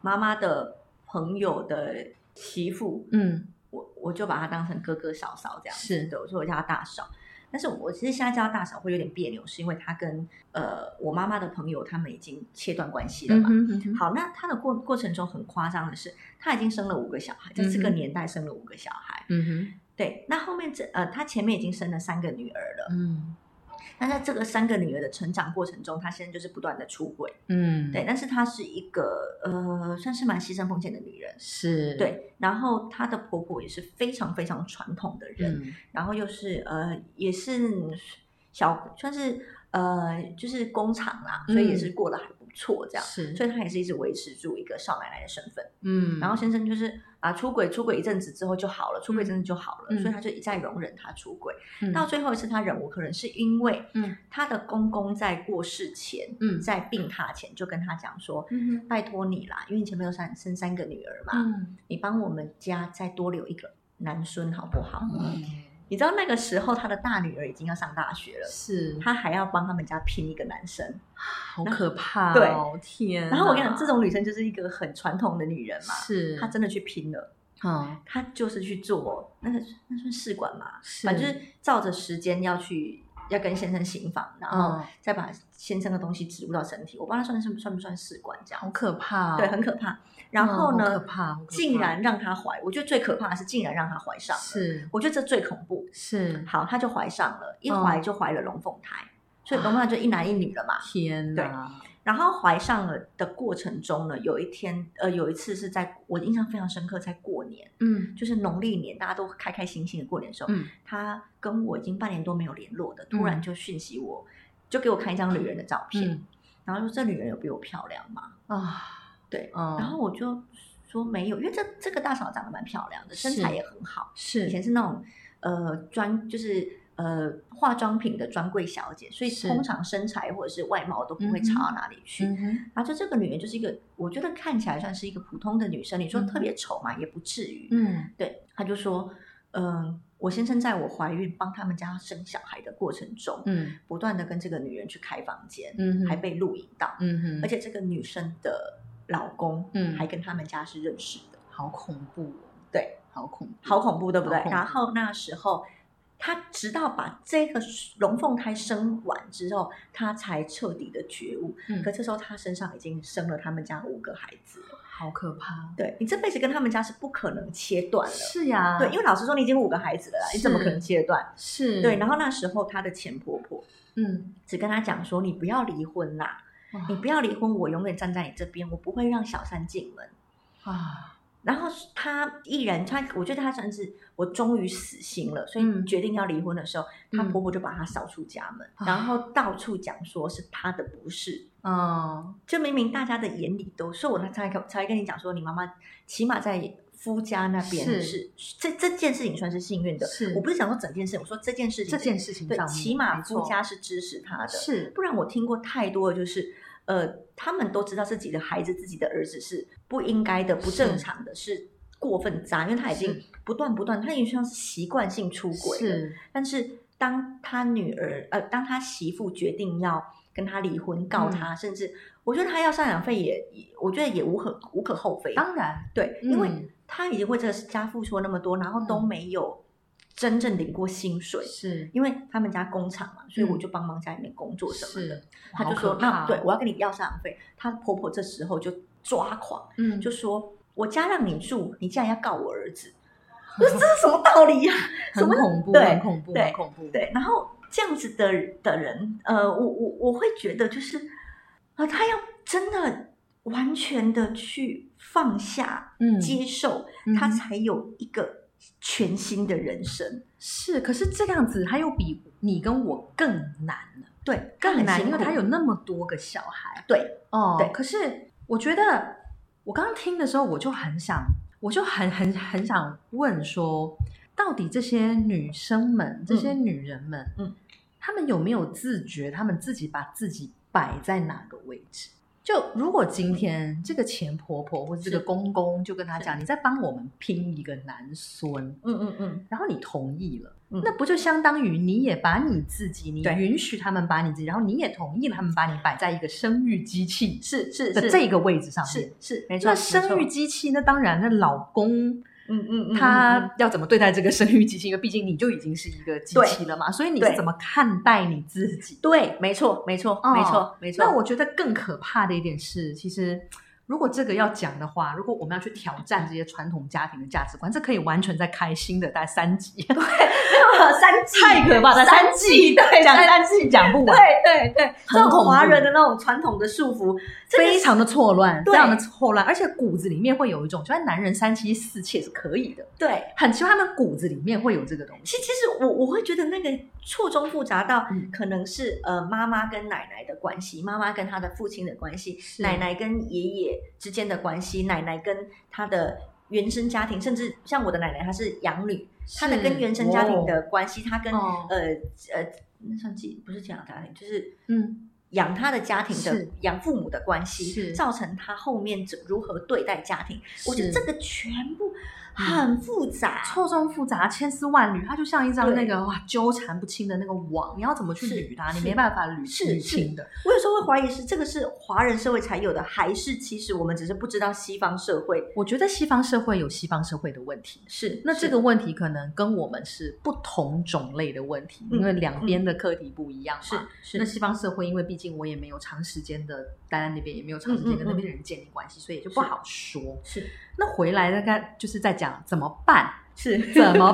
[SPEAKER 1] 妈妈的朋友的媳妇，
[SPEAKER 2] 嗯，
[SPEAKER 1] 我我就把她当成哥哥嫂嫂这样子，
[SPEAKER 2] 是
[SPEAKER 1] 对我说我叫她大嫂。但是我其实现在叫她大嫂会有点别扭，是因为她跟呃我妈妈的朋友他们已经切断关系了
[SPEAKER 2] 嗯
[SPEAKER 1] 嘛。
[SPEAKER 2] 哼嗯哼，
[SPEAKER 1] 好，那她的过过程中很夸张的是，她已经生了五个小孩，在这个
[SPEAKER 2] 嗯哼
[SPEAKER 1] 年代生了五个小孩。
[SPEAKER 2] 嗯哼，
[SPEAKER 1] 对，那后面这呃，她前面已经生了三个女儿了。
[SPEAKER 2] 嗯
[SPEAKER 1] 那在这个三个女儿的成长过程中，她现在就是不断的出轨，
[SPEAKER 2] 嗯，
[SPEAKER 1] 对，，但是她是一个呃，算是蛮牺牲奉献的女人，
[SPEAKER 2] 是，，
[SPEAKER 1] 对。然后她的婆婆也是非常非常传统的人，
[SPEAKER 2] 嗯
[SPEAKER 1] 然后又是呃，也是小算是呃，就是工厂啦，所以
[SPEAKER 2] 嗯
[SPEAKER 1] 也是过得还不错这样。
[SPEAKER 2] 是，
[SPEAKER 1] 所以她也是一直维持住一个少奶奶的身份，
[SPEAKER 2] 嗯，
[SPEAKER 1] 然后先生就是啊出轨出轨一阵子之后就好了，出轨一阵子就好了，
[SPEAKER 2] 嗯
[SPEAKER 1] 所以她就一再容忍她出轨。
[SPEAKER 2] 嗯
[SPEAKER 1] 到最后一次她忍无可忍，是因为
[SPEAKER 2] 嗯
[SPEAKER 1] 她的公公在过世前，
[SPEAKER 2] 嗯
[SPEAKER 1] 在病榻前就跟她讲说。
[SPEAKER 2] 嗯
[SPEAKER 1] 拜托你啦，因为你前面有三生三个女儿嘛，
[SPEAKER 2] 哼
[SPEAKER 1] 你帮我们家再多留一个男孙好不好？
[SPEAKER 2] 嗯，
[SPEAKER 1] 你知道那个时候她的大女儿已经要上大学了，
[SPEAKER 2] 是，
[SPEAKER 1] 她还要帮他们家拼一个男生。
[SPEAKER 2] 好可怕
[SPEAKER 1] 对
[SPEAKER 2] 哦，天哪，
[SPEAKER 1] 然后我跟你讲，这种女生就是一个很传统的女人嘛，
[SPEAKER 2] 是，
[SPEAKER 1] 她真的去拼了，
[SPEAKER 2] 嗯，
[SPEAKER 1] 她就是去做那个那算试管嘛，
[SPEAKER 2] 是，
[SPEAKER 1] 反正就是照着时间要去要跟先生行房，然后
[SPEAKER 2] 嗯，
[SPEAKER 1] 再把先生的东西植入到身体。我不知道算是算不算试管这
[SPEAKER 2] 好
[SPEAKER 1] 样，
[SPEAKER 2] 可怕哦，
[SPEAKER 1] 对，很可怕。然后
[SPEAKER 2] 嗯好
[SPEAKER 1] 呢
[SPEAKER 2] 可，怕，好可怕
[SPEAKER 1] 竟然让她怀，我觉得最可怕的是竟然让她怀上了，
[SPEAKER 2] 是
[SPEAKER 1] 我觉得这最恐怖。
[SPEAKER 2] 是，
[SPEAKER 1] 好，她就怀上了，一
[SPEAKER 2] 嗯
[SPEAKER 1] 怀就怀了龙凤胎，所以龙凤胎就一男一女了嘛。
[SPEAKER 2] 天哪，
[SPEAKER 1] 然后怀上了的过程中呢，有一天，呃，有一次是在我印象非常深刻，在过年，
[SPEAKER 2] 嗯
[SPEAKER 1] 就是农历年，大家都开开心心的过年的时候，
[SPEAKER 2] 嗯，
[SPEAKER 1] 他跟我已经半年多没有联络的，突
[SPEAKER 2] 嗯
[SPEAKER 1] 然就讯息我，就给我看一张女人的照片，
[SPEAKER 2] 嗯
[SPEAKER 1] 然后说这女人有比我漂亮吗？
[SPEAKER 2] 啊，
[SPEAKER 1] 对，
[SPEAKER 2] 嗯，
[SPEAKER 1] 然后我就说没有，因为这这个大嫂长得蛮漂亮的，身材
[SPEAKER 2] 是
[SPEAKER 1] 也很好，以前
[SPEAKER 2] 嗯是
[SPEAKER 1] 是那种呃专就是。呃，化妆品的专柜小姐，所以
[SPEAKER 2] 是
[SPEAKER 1] 通常身材或者是外貌都不会
[SPEAKER 2] 嗯哼
[SPEAKER 1] 差到哪里去。
[SPEAKER 2] 嗯哼
[SPEAKER 1] 然后就这个女人就是一个，我觉得看起来算是一个普通的女生，你说
[SPEAKER 2] 嗯
[SPEAKER 1] 特别丑嘛，也不至于。
[SPEAKER 2] 嗯
[SPEAKER 1] 对，她就说，嗯、我先生在我怀孕帮他们家生小孩的过程中，
[SPEAKER 2] 嗯
[SPEAKER 1] 不断的跟这个女人去开房间，
[SPEAKER 2] 嗯哼
[SPEAKER 1] 还被录影到，
[SPEAKER 2] 嗯哼，
[SPEAKER 1] 而且这个女生的老公，
[SPEAKER 2] 嗯
[SPEAKER 1] 还跟他们家是认识的，
[SPEAKER 2] 好恐怖哦，
[SPEAKER 1] 对，
[SPEAKER 2] 好恐怖，
[SPEAKER 1] 好恐怖，对不对
[SPEAKER 2] 好？恐怖
[SPEAKER 1] 然后那时候。她直到把这个龙凤胎生完之后，她才彻底的觉悟。
[SPEAKER 2] 嗯
[SPEAKER 1] 可这时候她身上已经生了他们家五个孩子了。
[SPEAKER 2] 好可怕，
[SPEAKER 1] 对你这辈子跟他们家是不可能切断了。
[SPEAKER 2] 是啊呀，
[SPEAKER 1] 对，因为老实说，你已经五个孩子了啦，你怎么可能切断？
[SPEAKER 2] 是，
[SPEAKER 1] 对，然后那时候她的前婆婆
[SPEAKER 2] 嗯，
[SPEAKER 1] 只跟她讲说：“你不要离婚啦，
[SPEAKER 2] 哇
[SPEAKER 1] 你不要离婚，我永远站在你这边，我不会让小三进门。
[SPEAKER 2] 啊，”
[SPEAKER 1] 然后她毅然，她我觉得她算是我终于死心了，所以
[SPEAKER 2] 嗯
[SPEAKER 1] 决定要离婚的时候，她
[SPEAKER 2] 嗯
[SPEAKER 1] 婆婆就把她扫出家门，
[SPEAKER 2] 啊
[SPEAKER 1] 然后到处讲说是她的不是，
[SPEAKER 2] 嗯，
[SPEAKER 1] 就明明大家的眼里都，所以我才才才跟你讲说，你妈妈起码在夫家那边
[SPEAKER 2] 是
[SPEAKER 1] 是这这件事情算是幸运的。
[SPEAKER 2] 是
[SPEAKER 1] 我不是讲说整件事，我说这件事情
[SPEAKER 2] 这
[SPEAKER 1] 是
[SPEAKER 2] 件事情
[SPEAKER 1] 对，
[SPEAKER 2] 上面，
[SPEAKER 1] 起码
[SPEAKER 2] 没
[SPEAKER 1] 夫
[SPEAKER 2] 错
[SPEAKER 1] 家是支持他的。
[SPEAKER 2] 是，
[SPEAKER 1] 不然我听过太多的就是，呃，他们都知道自己的孩子、自己的儿子是不应该的、不正常的，是过分渣，因为他已经
[SPEAKER 2] 是
[SPEAKER 1] 不断不断，他已经像是习惯性出轨了。
[SPEAKER 2] 是，
[SPEAKER 1] 但是当他女儿呃，当他媳妇决定要跟他离婚，
[SPEAKER 2] 嗯
[SPEAKER 1] 告他，甚至我觉得他要赡养费也，也我觉得也无可无可厚非。
[SPEAKER 2] 当然，
[SPEAKER 1] 对，因为
[SPEAKER 2] 嗯
[SPEAKER 1] 他已经为这个家付出了那么多，然后都
[SPEAKER 2] 嗯
[SPEAKER 1] 没有真正领过薪水。
[SPEAKER 2] 是
[SPEAKER 1] 因为他们家工厂嘛，所以
[SPEAKER 2] 嗯
[SPEAKER 1] 我就帮忙家里面工作什么的。
[SPEAKER 2] 是，
[SPEAKER 1] 他
[SPEAKER 2] 好
[SPEAKER 1] 就
[SPEAKER 2] 可
[SPEAKER 1] 说：“那
[SPEAKER 2] 怕
[SPEAKER 1] 对
[SPEAKER 2] 哦
[SPEAKER 1] 我要跟你要赡养费。”她婆婆这时候就抓狂，
[SPEAKER 2] 嗯，
[SPEAKER 1] 就说：“我家让你住，你竟然要告我儿子， 我说这是什么道理呀、什
[SPEAKER 2] 很
[SPEAKER 1] 么
[SPEAKER 2] 恐怖，
[SPEAKER 1] 对
[SPEAKER 2] 很恐怖，
[SPEAKER 1] 对
[SPEAKER 2] 很恐怖，
[SPEAKER 1] 对，然后这样子的的人，呃，我我我会觉得就是，呃，他要真的完全的去放下、
[SPEAKER 2] 嗯，
[SPEAKER 1] 接受，
[SPEAKER 2] 嗯
[SPEAKER 1] 他才有一个全新的人生。
[SPEAKER 2] 是，可是这样子他又比你跟我更难了，
[SPEAKER 1] 对，
[SPEAKER 2] 更
[SPEAKER 1] 很
[SPEAKER 2] 难，
[SPEAKER 1] 辛
[SPEAKER 2] 因为
[SPEAKER 1] 苦
[SPEAKER 2] 他有那么多个小孩，
[SPEAKER 1] 对，
[SPEAKER 2] 哦，
[SPEAKER 1] 对
[SPEAKER 2] 可是我觉得我刚刚听的时候，我就很想，我就很很很想问说，到底这些女生们，这些女人们，
[SPEAKER 1] 嗯，
[SPEAKER 2] 她们有没有自觉，她们自己把自己摆在哪个位置？就如果今天这个前婆婆或者这个
[SPEAKER 1] 是
[SPEAKER 2] 公公就跟她
[SPEAKER 1] 是
[SPEAKER 2] 讲，你在帮我们拼一个男孙，
[SPEAKER 1] 嗯嗯嗯
[SPEAKER 2] 然后你同意了，
[SPEAKER 1] 嗯
[SPEAKER 2] 那不就相当于你也把你自己，你
[SPEAKER 1] 对
[SPEAKER 2] 允许他们把你自己，然后你也同意他们把你摆在一个生育机器
[SPEAKER 1] 是是
[SPEAKER 2] 的
[SPEAKER 1] 是
[SPEAKER 2] 这个位置上面。
[SPEAKER 1] 是是没错，
[SPEAKER 2] 那
[SPEAKER 1] 没
[SPEAKER 2] 生
[SPEAKER 1] 错
[SPEAKER 2] 育机器，那当然，那老公
[SPEAKER 1] 嗯嗯嗯，嗯嗯
[SPEAKER 2] 他要怎么对待这个生育机器？因为毕竟你就已经是一个机
[SPEAKER 1] 对
[SPEAKER 2] 器了嘛，所以你是
[SPEAKER 1] 对
[SPEAKER 2] 怎么看待你自己？
[SPEAKER 1] 对，没错没错
[SPEAKER 2] 哦
[SPEAKER 1] 没错没错。
[SPEAKER 2] 那我觉得更可怕的一点是，其实如果这个要讲的话，如果我们要去挑战这些传统家庭的价值观，这可以完全在开新的大概三集，
[SPEAKER 1] 三季
[SPEAKER 2] 太可怕了，
[SPEAKER 1] 三
[SPEAKER 2] 季
[SPEAKER 1] 对
[SPEAKER 2] 讲
[SPEAKER 1] 三
[SPEAKER 2] 三季讲不
[SPEAKER 1] 对
[SPEAKER 2] 完，
[SPEAKER 1] 对对，这
[SPEAKER 2] 很恐
[SPEAKER 1] 种华
[SPEAKER 2] 怖
[SPEAKER 1] 人的那种传统的束缚，真的
[SPEAKER 2] 非
[SPEAKER 1] 是
[SPEAKER 2] 常的错乱，非
[SPEAKER 1] 对
[SPEAKER 2] 常的错乱，而且骨子里面会有一种，就算男人三妻四妾是可以的，
[SPEAKER 1] 对。
[SPEAKER 2] 很奇怪他们骨子里面会有这个东西。
[SPEAKER 1] 其其实我我会觉得那个错综复杂到
[SPEAKER 2] 嗯
[SPEAKER 1] 可能是呃妈妈跟奶奶的关系，妈妈跟她的父亲的关系，奶奶跟爷爷之间的关系，奶奶跟她的原生家庭，甚至像我的奶奶她是养女，她的
[SPEAKER 2] 是
[SPEAKER 1] 跟原生家庭
[SPEAKER 2] 哦
[SPEAKER 1] 的关系，她跟、
[SPEAKER 2] 哦
[SPEAKER 1] 呃呃那算计不是这样家庭，就是
[SPEAKER 2] 嗯
[SPEAKER 1] 养她的家庭的
[SPEAKER 2] 是
[SPEAKER 1] 养父母的关系，
[SPEAKER 2] 是
[SPEAKER 1] 造成她后面怎如何对待家庭，我觉得这
[SPEAKER 2] 是
[SPEAKER 1] 个全部很复杂。
[SPEAKER 2] 错综复杂、千丝万缕，它就像一张
[SPEAKER 1] 对
[SPEAKER 2] 那个哇纠缠不清的那个网，你要怎么去
[SPEAKER 1] 是
[SPEAKER 2] 捋它？你
[SPEAKER 1] 是
[SPEAKER 2] 没办法捋
[SPEAKER 1] 是
[SPEAKER 2] 捋
[SPEAKER 1] 是
[SPEAKER 2] 清的。
[SPEAKER 1] 我有时候会怀疑是这个是华人社会才有的，还是其实我们只是不知道西方社会
[SPEAKER 2] 我觉得西方社会有西方社会的问题，
[SPEAKER 1] 是
[SPEAKER 2] 那这
[SPEAKER 1] 是
[SPEAKER 2] 个问题可能跟我们是不同种类的问题，
[SPEAKER 1] 嗯
[SPEAKER 2] 因为两边的课题不一样嘛。
[SPEAKER 1] 是是
[SPEAKER 2] 那西方社会，因为毕竟我也没有长时间的待在那边，也没有长时
[SPEAKER 1] 嗯
[SPEAKER 2] 间
[SPEAKER 1] 嗯
[SPEAKER 2] 跟那边的人建立关系，所以也就不
[SPEAKER 1] 是
[SPEAKER 2] 好说。
[SPEAKER 1] 是
[SPEAKER 2] 那回来大概就是在讲怎么办，
[SPEAKER 1] 是
[SPEAKER 2] 怎么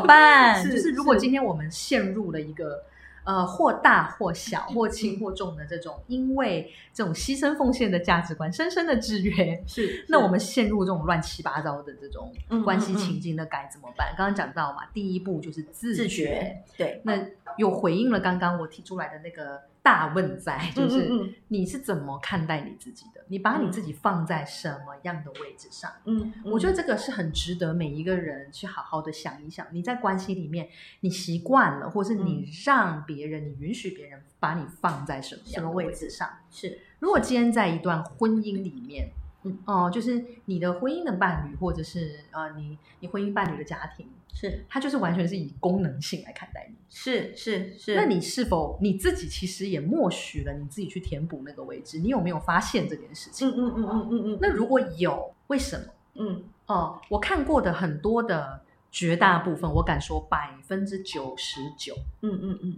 [SPEAKER 2] 办？
[SPEAKER 1] 是
[SPEAKER 2] 就是如果
[SPEAKER 1] 是
[SPEAKER 2] 今天我们陷入了一个呃或大或小、
[SPEAKER 1] 嗯
[SPEAKER 2] 或轻或重的这种，因为这种牺牲奉献的价值观深深的制约，
[SPEAKER 1] 是
[SPEAKER 2] 那我们陷入这种乱七八糟的这种
[SPEAKER 1] 嗯
[SPEAKER 2] 关系
[SPEAKER 1] 嗯嗯
[SPEAKER 2] 情境，那该怎么办？刚刚讲到嘛，第一步就是自
[SPEAKER 1] 自觉对，
[SPEAKER 2] 那有回应了刚刚我提出来的那个大问在，
[SPEAKER 1] 嗯
[SPEAKER 2] 就是
[SPEAKER 1] 嗯
[SPEAKER 2] 你是怎么看待你自己的？你把你自己放在什么样的位置上？
[SPEAKER 1] 嗯，
[SPEAKER 2] 我觉得
[SPEAKER 1] 得
[SPEAKER 2] 这个是很值得每一个人去好好的想一想。你在关系里面，你习惯了，或是你
[SPEAKER 1] 嗯
[SPEAKER 2] 让别人，你允许别人把你放在什么样
[SPEAKER 1] 什
[SPEAKER 2] 的
[SPEAKER 1] 么位
[SPEAKER 2] 位
[SPEAKER 1] 置
[SPEAKER 2] 置上？
[SPEAKER 1] 是
[SPEAKER 2] 如果今天在一段婚姻里面，
[SPEAKER 1] 嗯
[SPEAKER 2] 哦、就是你的婚姻的伴侣，或者是呃，你你婚姻伴侣的家庭，
[SPEAKER 1] 是
[SPEAKER 2] 它就是完全是以功能性来看待你。
[SPEAKER 1] 是是是，
[SPEAKER 2] 那你是否你自己其实也默许了你自己去填补那个位置？你有没有发现这件事情？
[SPEAKER 1] 嗯嗯嗯嗯嗯嗯，
[SPEAKER 2] 那如果有，为什么？
[SPEAKER 1] 嗯
[SPEAKER 2] 哦，我看过的很多的绝大部分，我敢说百分之九十九
[SPEAKER 1] 嗯嗯嗯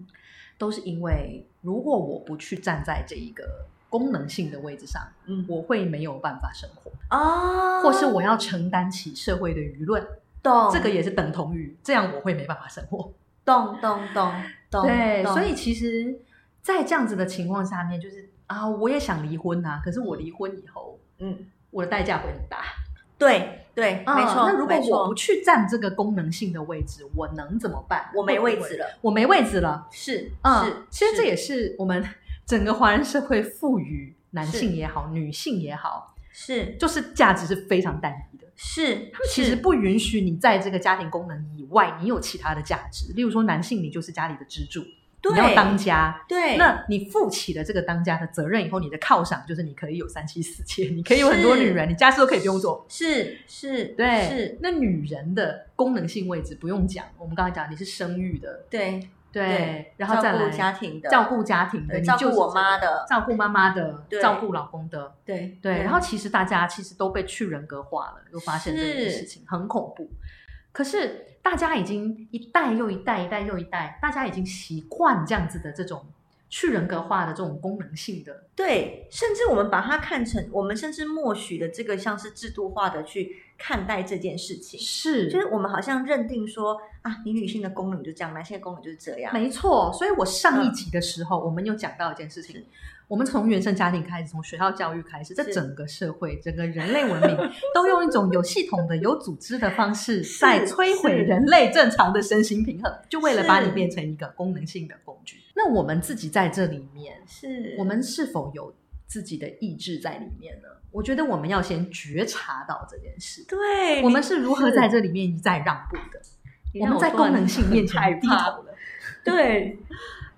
[SPEAKER 2] 都是因为，如果我不去站在这一个功能性的位置上，
[SPEAKER 1] 嗯
[SPEAKER 2] 我会没有办法生活，
[SPEAKER 1] 哦，
[SPEAKER 2] 或是我要承担起社会的舆论，
[SPEAKER 1] 懂
[SPEAKER 2] 这个也是等同于这样，我会没办法生活。
[SPEAKER 1] 懂懂懂懂，
[SPEAKER 2] 对，
[SPEAKER 1] 懂
[SPEAKER 2] 所以其实，在这样子的情况下面，就是啊，我也想离婚啊，可是我离婚以后，
[SPEAKER 1] 嗯
[SPEAKER 2] 我的代价会很大。
[SPEAKER 1] 对对
[SPEAKER 2] 嗯
[SPEAKER 1] 没错，
[SPEAKER 2] 那如果
[SPEAKER 1] 没
[SPEAKER 2] 我不
[SPEAKER 1] 错
[SPEAKER 2] 去占这个功能性的位置，我能怎么办？
[SPEAKER 1] 我没位置
[SPEAKER 2] 了。
[SPEAKER 1] 了，
[SPEAKER 2] 我没位置了。
[SPEAKER 1] 是
[SPEAKER 2] 嗯，
[SPEAKER 1] 是，
[SPEAKER 2] 其实这
[SPEAKER 1] 是
[SPEAKER 2] 也是我们 整个华人社会赋予男
[SPEAKER 1] 是
[SPEAKER 2] 性也好、女性也好，
[SPEAKER 1] 是
[SPEAKER 2] 就是价值是非常单一的。
[SPEAKER 1] 是，他
[SPEAKER 2] 他们其实不允许你在这个家庭功能以外，你有其他的价值。例如说，男性你就是家里的支柱，你要当家。
[SPEAKER 1] 对
[SPEAKER 2] 那你负起了这个当家的责任以后，你的犒赏就是你可以有三妻四妾，你可以有很多
[SPEAKER 1] 是
[SPEAKER 2] 女人，你家事都可以不用做。
[SPEAKER 1] 是是，
[SPEAKER 2] 对，
[SPEAKER 1] 是，
[SPEAKER 2] 那女人的功能性位置不用讲，我们刚才讲你是生育的，
[SPEAKER 1] 对
[SPEAKER 2] 对，然后再
[SPEAKER 1] 照
[SPEAKER 2] 来
[SPEAKER 1] 顾家庭的
[SPEAKER 2] 照顾家庭的，
[SPEAKER 1] 对
[SPEAKER 2] 你
[SPEAKER 1] 照
[SPEAKER 2] 就是
[SPEAKER 1] 顾我妈的，
[SPEAKER 2] 照顾妈妈的，
[SPEAKER 1] 对
[SPEAKER 2] 照顾老公的，
[SPEAKER 1] 对
[SPEAKER 2] 对。然后其实大家其实都被去人格化了，又发现这件事情很恐怖。可是大家已经一代又一代，一代又一代，大家已经习惯这样子的这种去人格化的这种功能性的，
[SPEAKER 1] 对，甚至我们把它看成，我们甚至默许的这个像是制度化的去看待这件事情，
[SPEAKER 2] 是
[SPEAKER 1] 就是我们好像认定说啊，你女性的功能就这样，男性的功能就是这样，
[SPEAKER 2] 没错，所以我上一集的时候，我们有讲到一件事情，我们从原生家庭开始，从学校教育开始，这
[SPEAKER 1] 是
[SPEAKER 2] 整个社会、整个人 类文明都用一种有系统的、有组织的方式，在摧毁
[SPEAKER 1] 是
[SPEAKER 2] 人类正常的身心平衡，就为了
[SPEAKER 1] 是
[SPEAKER 2] 把你变成一个功能性的工具。那我们自己在这里面，
[SPEAKER 1] 是
[SPEAKER 2] 我们是否有自己的意志在里面呢？我觉得我们要先觉察到这件事。
[SPEAKER 1] 对，
[SPEAKER 2] 我
[SPEAKER 1] 你
[SPEAKER 2] 们哎是如何
[SPEAKER 1] 是
[SPEAKER 2] 在这里面一再让步的？
[SPEAKER 1] 你
[SPEAKER 2] 我
[SPEAKER 1] 让
[SPEAKER 2] 们在
[SPEAKER 1] 突然
[SPEAKER 2] 功能性面
[SPEAKER 1] 很害
[SPEAKER 2] 前 低
[SPEAKER 1] 怕
[SPEAKER 2] 头了。
[SPEAKER 1] 对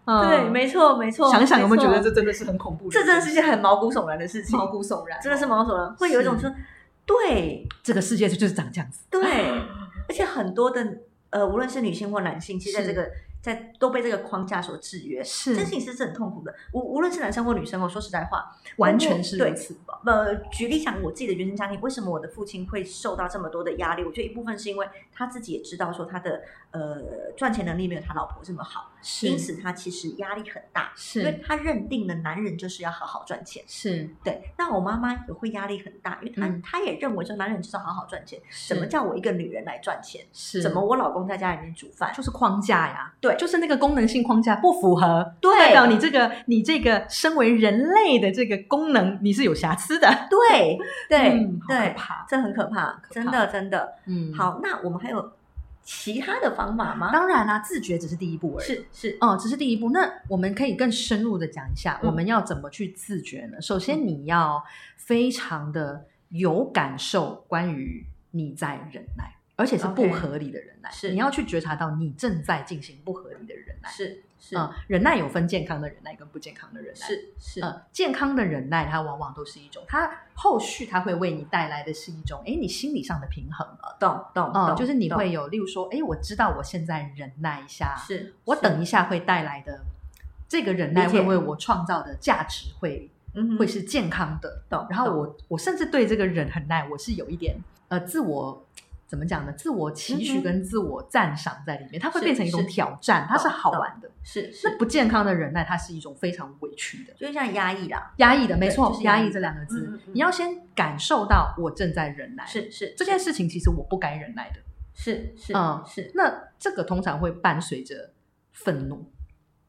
[SPEAKER 2] 嗯
[SPEAKER 1] 对，没错没错，
[SPEAKER 2] 想想有没有觉得
[SPEAKER 1] 错
[SPEAKER 2] 这真的是很恐怖？
[SPEAKER 1] 这真的是一件很毛骨悚然的事情，
[SPEAKER 2] 毛骨悚然，
[SPEAKER 1] 真的是毛骨悚然，会有一种
[SPEAKER 2] 是
[SPEAKER 1] 说对。
[SPEAKER 2] 这个世界 就就是长这样子。
[SPEAKER 1] 对，而且很多的呃，无论是女性或男性，其实在
[SPEAKER 2] 是
[SPEAKER 1] 这个在都被这个框架所制约，
[SPEAKER 2] 是
[SPEAKER 1] 这件事情是很痛苦的。无无论是男生或女生哦，说实在话，
[SPEAKER 2] 完全是
[SPEAKER 1] 对
[SPEAKER 2] 如此。
[SPEAKER 1] 呃，举例讲我自己的原生家庭，为什么我的父亲会受到这么多的压力？我觉得一部分是因为他自己也知道说他的呃赚钱能力没有他老婆这么好，
[SPEAKER 2] 是
[SPEAKER 1] 因此他其实压力很大，因为
[SPEAKER 2] 是
[SPEAKER 1] 他认定了男人就是要好好赚钱。
[SPEAKER 2] 是，
[SPEAKER 1] 对，那我妈妈也会压力很大，因为她、
[SPEAKER 2] 嗯
[SPEAKER 1] 她也认为说男人就是要好好赚钱，
[SPEAKER 2] 什
[SPEAKER 1] 怎么叫我一个女人来赚钱？
[SPEAKER 2] 是
[SPEAKER 1] 怎么我老公在家里面煮饭？
[SPEAKER 2] 就是框架呀？
[SPEAKER 1] 对
[SPEAKER 2] 就是那个功能性框架不符合，
[SPEAKER 1] 对
[SPEAKER 2] 代表你这个你这个身为人类的这个功能你是有瑕疵的。
[SPEAKER 1] 对对、
[SPEAKER 2] 嗯好可
[SPEAKER 1] 对，
[SPEAKER 2] 怕。
[SPEAKER 1] 这很可怕，真的真的。
[SPEAKER 2] 嗯，，
[SPEAKER 1] 好，那我们还有其他的方法吗？
[SPEAKER 2] 当然啦，自觉只是第一步而已。
[SPEAKER 1] 是是，
[SPEAKER 2] 哦，这是第一步。那我们可以更深入的讲一下，
[SPEAKER 1] 嗯
[SPEAKER 2] 我们要怎么去自觉呢？首先，你要非常的有感受，关于你在忍耐，而且是不
[SPEAKER 1] OK
[SPEAKER 2] 合理的忍耐。
[SPEAKER 1] 是
[SPEAKER 2] 你要去觉察到你正在进行不合理的忍耐。
[SPEAKER 1] 是是
[SPEAKER 2] 嗯，忍耐有分健康的忍耐跟不健康的忍耐。
[SPEAKER 1] 是是
[SPEAKER 2] 呃，健康的忍耐，它往往都是一种，它后续它会为你带来的是一种，诶，你心理上的平衡了，
[SPEAKER 1] 懂懂
[SPEAKER 2] 嗯，
[SPEAKER 1] 懂，
[SPEAKER 2] 就是你
[SPEAKER 1] 懂
[SPEAKER 2] 会有，例如说，诶，我知道我现在忍耐一下，
[SPEAKER 1] 是
[SPEAKER 2] 我
[SPEAKER 1] 是
[SPEAKER 2] 等一下会带来的这个忍耐
[SPEAKER 1] 理解
[SPEAKER 2] 会为我创造的价值会
[SPEAKER 1] 嗯哼
[SPEAKER 2] 会是健康的。
[SPEAKER 1] 懂，
[SPEAKER 2] 然后
[SPEAKER 1] 懂
[SPEAKER 2] 我我甚至对这个忍很耐，我是有一点呃自我怎么讲呢？自我期
[SPEAKER 1] 嗯
[SPEAKER 2] 许
[SPEAKER 1] 哼
[SPEAKER 2] 跟自我赞赏在里面，它会
[SPEAKER 1] 是
[SPEAKER 2] 变成一种
[SPEAKER 1] 是
[SPEAKER 2] 挑战，它是
[SPEAKER 1] 懂
[SPEAKER 2] 好
[SPEAKER 1] 懂
[SPEAKER 2] 玩的。
[SPEAKER 1] 是是
[SPEAKER 2] 那不健康的忍耐，它是一种非常委屈的、
[SPEAKER 1] 就像压抑啦，
[SPEAKER 2] 压抑的，没
[SPEAKER 1] 对
[SPEAKER 2] 错，
[SPEAKER 1] 就是
[SPEAKER 2] 压
[SPEAKER 1] 压
[SPEAKER 2] 抑
[SPEAKER 1] 抑
[SPEAKER 2] 这两个字，
[SPEAKER 1] 嗯嗯嗯
[SPEAKER 2] 你要先感受到我正在忍耐，
[SPEAKER 1] 是是
[SPEAKER 2] 这件事情，其实我不该忍耐的。
[SPEAKER 1] 是是
[SPEAKER 2] 嗯
[SPEAKER 1] 是
[SPEAKER 2] 那这个通常会伴随着愤怒，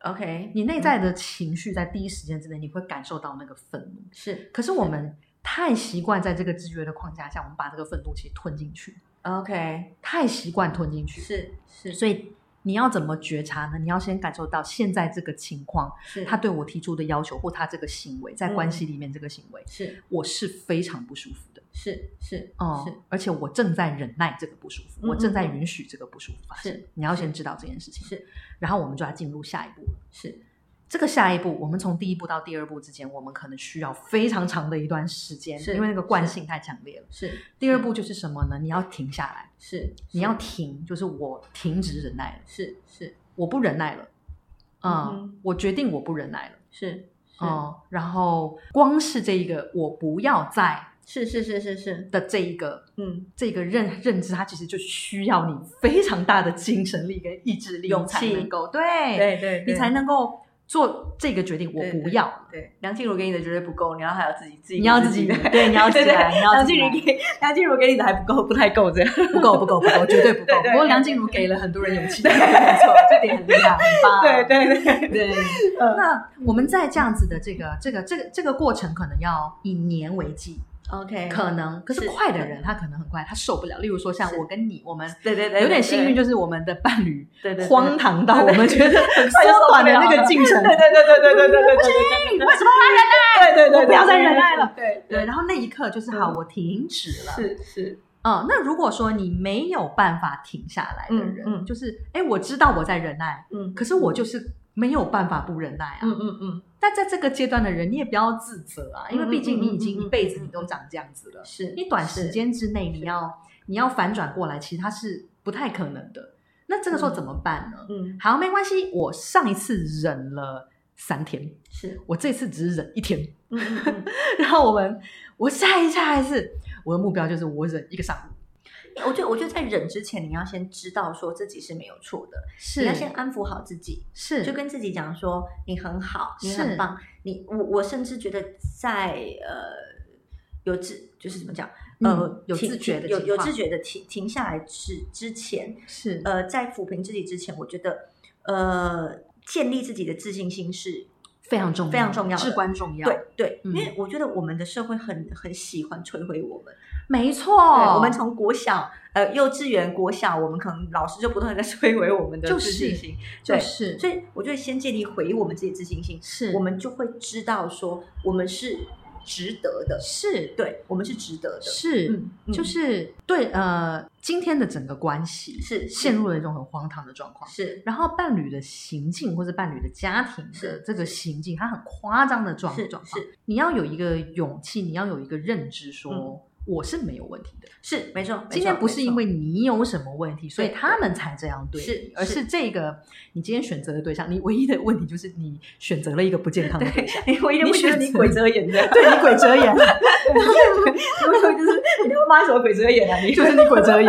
[SPEAKER 1] OK，
[SPEAKER 2] 你内
[SPEAKER 1] 嗯
[SPEAKER 2] 在的情绪在第一时间之内，你会感受到那个愤怒。
[SPEAKER 1] 是
[SPEAKER 2] 可是我们太习惯在这个制约的框架下，我们把这个愤怒其实吞进去，
[SPEAKER 1] OK，
[SPEAKER 2] 太习惯吞进去。
[SPEAKER 1] 是是
[SPEAKER 2] 所以你要怎么觉察呢？你要先感受到现在这个情况，
[SPEAKER 1] 是
[SPEAKER 2] 他对我提出的要求或他这个行为，在
[SPEAKER 1] 嗯
[SPEAKER 2] 关系里面这个行为，
[SPEAKER 1] 是
[SPEAKER 2] 我是非常不舒服的。
[SPEAKER 1] 是是
[SPEAKER 2] 哦、
[SPEAKER 1] 是
[SPEAKER 2] 而且我正在忍耐这个不舒服，
[SPEAKER 1] 嗯
[SPEAKER 2] 我正在
[SPEAKER 1] 嗯嗯
[SPEAKER 2] 允许这个不舒服发生。
[SPEAKER 1] 是
[SPEAKER 2] 你要先知道这件事情，
[SPEAKER 1] 是
[SPEAKER 2] 然后我们就要进入下一步了。
[SPEAKER 1] 是
[SPEAKER 2] 这个下一步，我们从第一步到第二步之间，我们可能需要非常长的一段时间，
[SPEAKER 1] 是
[SPEAKER 2] 因为那个惯性太强烈了。
[SPEAKER 1] 是
[SPEAKER 2] 第二步就是什么呢？你要停下来，
[SPEAKER 1] 是
[SPEAKER 2] 你要停，就是我停止忍耐了，
[SPEAKER 1] 是是
[SPEAKER 2] 我不忍耐了，嗯，
[SPEAKER 1] 嗯哼
[SPEAKER 2] 我决定我不忍耐了，
[SPEAKER 1] 是
[SPEAKER 2] 嗯，然后光是这一个我不要再
[SPEAKER 1] 是是是是是
[SPEAKER 2] 的这一个
[SPEAKER 1] 嗯
[SPEAKER 2] 这个认认知，它其实就需要你非常大的精神力跟意志力，
[SPEAKER 1] 勇
[SPEAKER 2] 你才
[SPEAKER 1] 气
[SPEAKER 2] 能够对，
[SPEAKER 1] 对对
[SPEAKER 2] 哎你才能够做这个决定，我
[SPEAKER 1] 对
[SPEAKER 2] 不
[SPEAKER 1] 对
[SPEAKER 2] 要了。
[SPEAKER 1] 对梁静茹给你的绝对不够，你要还有自己自己
[SPEAKER 2] 你要自己，
[SPEAKER 1] 的。
[SPEAKER 2] 对，你要起
[SPEAKER 1] 对对
[SPEAKER 2] 来，你要
[SPEAKER 1] 梁
[SPEAKER 2] 自己
[SPEAKER 1] 静
[SPEAKER 2] 来
[SPEAKER 1] 茹给梁静茹给你的还不够，不太够这样。
[SPEAKER 2] 不够，不够，不够，绝对不够
[SPEAKER 1] 对。对
[SPEAKER 2] 不过
[SPEAKER 1] 对
[SPEAKER 2] 梁静茹给了很多人勇气，没错，这点很厉害，很棒。
[SPEAKER 1] 对对，
[SPEAKER 2] 对
[SPEAKER 1] 嗯
[SPEAKER 2] 那我们在这样子的这个、这个、这个、这个过程，可能要以年为计，
[SPEAKER 1] OK，
[SPEAKER 2] 可能。可是
[SPEAKER 1] 是
[SPEAKER 2] 快的
[SPEAKER 1] 可
[SPEAKER 2] 人，他可能很快，他受不了。例如说，像
[SPEAKER 1] 是
[SPEAKER 2] 我跟你，我们
[SPEAKER 1] 对对对，
[SPEAKER 2] 有点幸运，
[SPEAKER 1] 就
[SPEAKER 2] 就是我们的伴侣
[SPEAKER 1] 对对
[SPEAKER 2] 荒唐到我
[SPEAKER 1] 对
[SPEAKER 2] 们觉得
[SPEAKER 1] 快就
[SPEAKER 2] 缩
[SPEAKER 1] 受
[SPEAKER 2] 短
[SPEAKER 1] 不
[SPEAKER 2] 了
[SPEAKER 1] 了
[SPEAKER 2] 那个进程。
[SPEAKER 1] 对对对对对对对对
[SPEAKER 2] 为什么还
[SPEAKER 1] 对
[SPEAKER 2] 忍耐？
[SPEAKER 1] 对对，
[SPEAKER 2] 我不要再忍耐了。
[SPEAKER 1] 对
[SPEAKER 2] 对，
[SPEAKER 1] 对，
[SPEAKER 2] 然后那一刻就是好，我停止了。
[SPEAKER 1] 是是
[SPEAKER 2] 嗯，那如果说你没有办法停下来的人，
[SPEAKER 1] 嗯嗯
[SPEAKER 2] 就是哎，诶我知道我在忍耐，
[SPEAKER 1] 嗯，
[SPEAKER 2] 可是我就是没有办法不忍耐啊。
[SPEAKER 1] 嗯嗯嗯，
[SPEAKER 2] 但在这个阶段的人，你也不要自责啊，因为毕竟你已经一辈
[SPEAKER 1] 嗯嗯嗯
[SPEAKER 2] 子
[SPEAKER 1] 嗯嗯
[SPEAKER 2] 你都长这样子了，
[SPEAKER 1] 是
[SPEAKER 2] 你短时间之内你要你要反转过来，其实它是不太可能的。那这个时候怎么办呢？
[SPEAKER 1] 嗯
[SPEAKER 2] 好，没关系，我上一次忍了三天，
[SPEAKER 1] 是
[SPEAKER 2] 我这次只忍一天，
[SPEAKER 1] 嗯嗯
[SPEAKER 2] 然后我们我下一下一次，我的目标就是我忍一个上午。
[SPEAKER 1] 我觉得，我觉得在忍之前，你要先知道说自己是没有错的，
[SPEAKER 2] 是
[SPEAKER 1] 你要先安抚好自己，
[SPEAKER 2] 是
[SPEAKER 1] 就跟自己讲说你很好，你
[SPEAKER 2] 是
[SPEAKER 1] 很棒，你我我甚至觉得在呃有自就是怎么讲
[SPEAKER 2] 嗯
[SPEAKER 1] 呃
[SPEAKER 2] 有
[SPEAKER 1] 停
[SPEAKER 2] 自觉的
[SPEAKER 1] 有
[SPEAKER 2] 情
[SPEAKER 1] 有
[SPEAKER 2] 况
[SPEAKER 1] 自觉的停停下来之之前，
[SPEAKER 2] 是
[SPEAKER 1] 呃，在抚平自己之前，我觉得呃建立自己的自信心是
[SPEAKER 2] 非常重要，
[SPEAKER 1] 非常重要的
[SPEAKER 2] 至关重要。
[SPEAKER 1] 对，对，因
[SPEAKER 2] 嗯
[SPEAKER 1] 为我觉得我们的社会很很喜欢摧毁我们。
[SPEAKER 2] 没错，
[SPEAKER 1] 对，我们从国小、呃幼稚园、国小，我们可能老师就不断的在摧毁我们的
[SPEAKER 2] 就
[SPEAKER 1] 自
[SPEAKER 2] 是
[SPEAKER 1] 信心，
[SPEAKER 2] 就
[SPEAKER 1] 对
[SPEAKER 2] 是
[SPEAKER 1] 所以我觉得先建立回我们自己的自信心，
[SPEAKER 2] 是
[SPEAKER 1] 我们就会知道说我们是值得的，
[SPEAKER 2] 是
[SPEAKER 1] 对我们是值得的，
[SPEAKER 2] 是、
[SPEAKER 1] 嗯，嗯
[SPEAKER 2] 就是对呃，今天的整个关系
[SPEAKER 1] 是
[SPEAKER 2] 陷入了一种很荒唐的状况。
[SPEAKER 1] 是
[SPEAKER 2] 然后伴侣的行径或者伴侣的家庭的
[SPEAKER 1] 是
[SPEAKER 2] 这个行径，它很夸张的状
[SPEAKER 1] 是
[SPEAKER 2] 状况，
[SPEAKER 1] 是
[SPEAKER 2] 你要有一个勇气，你要有一个认知说，
[SPEAKER 1] 嗯
[SPEAKER 2] 我是没有问题的。
[SPEAKER 1] 是没错，没错
[SPEAKER 2] 今天不是
[SPEAKER 1] 没错
[SPEAKER 2] 因为你有什么问题，所以
[SPEAKER 1] 对
[SPEAKER 2] 他们才这样对你，
[SPEAKER 1] 是
[SPEAKER 2] 而
[SPEAKER 1] 是
[SPEAKER 2] 是这个你今天选择的对象，你唯一的问题就是你选择了一个不健康的对象，
[SPEAKER 1] 对，我一定
[SPEAKER 2] 你
[SPEAKER 1] 会觉得
[SPEAKER 2] 选
[SPEAKER 1] 你
[SPEAKER 2] 择
[SPEAKER 1] 鬼遮眼 的，
[SPEAKER 2] 对你鬼遮眼，
[SPEAKER 1] 我会就是你他妈什么鬼遮眼啊你？
[SPEAKER 2] 就是你鬼遮眼，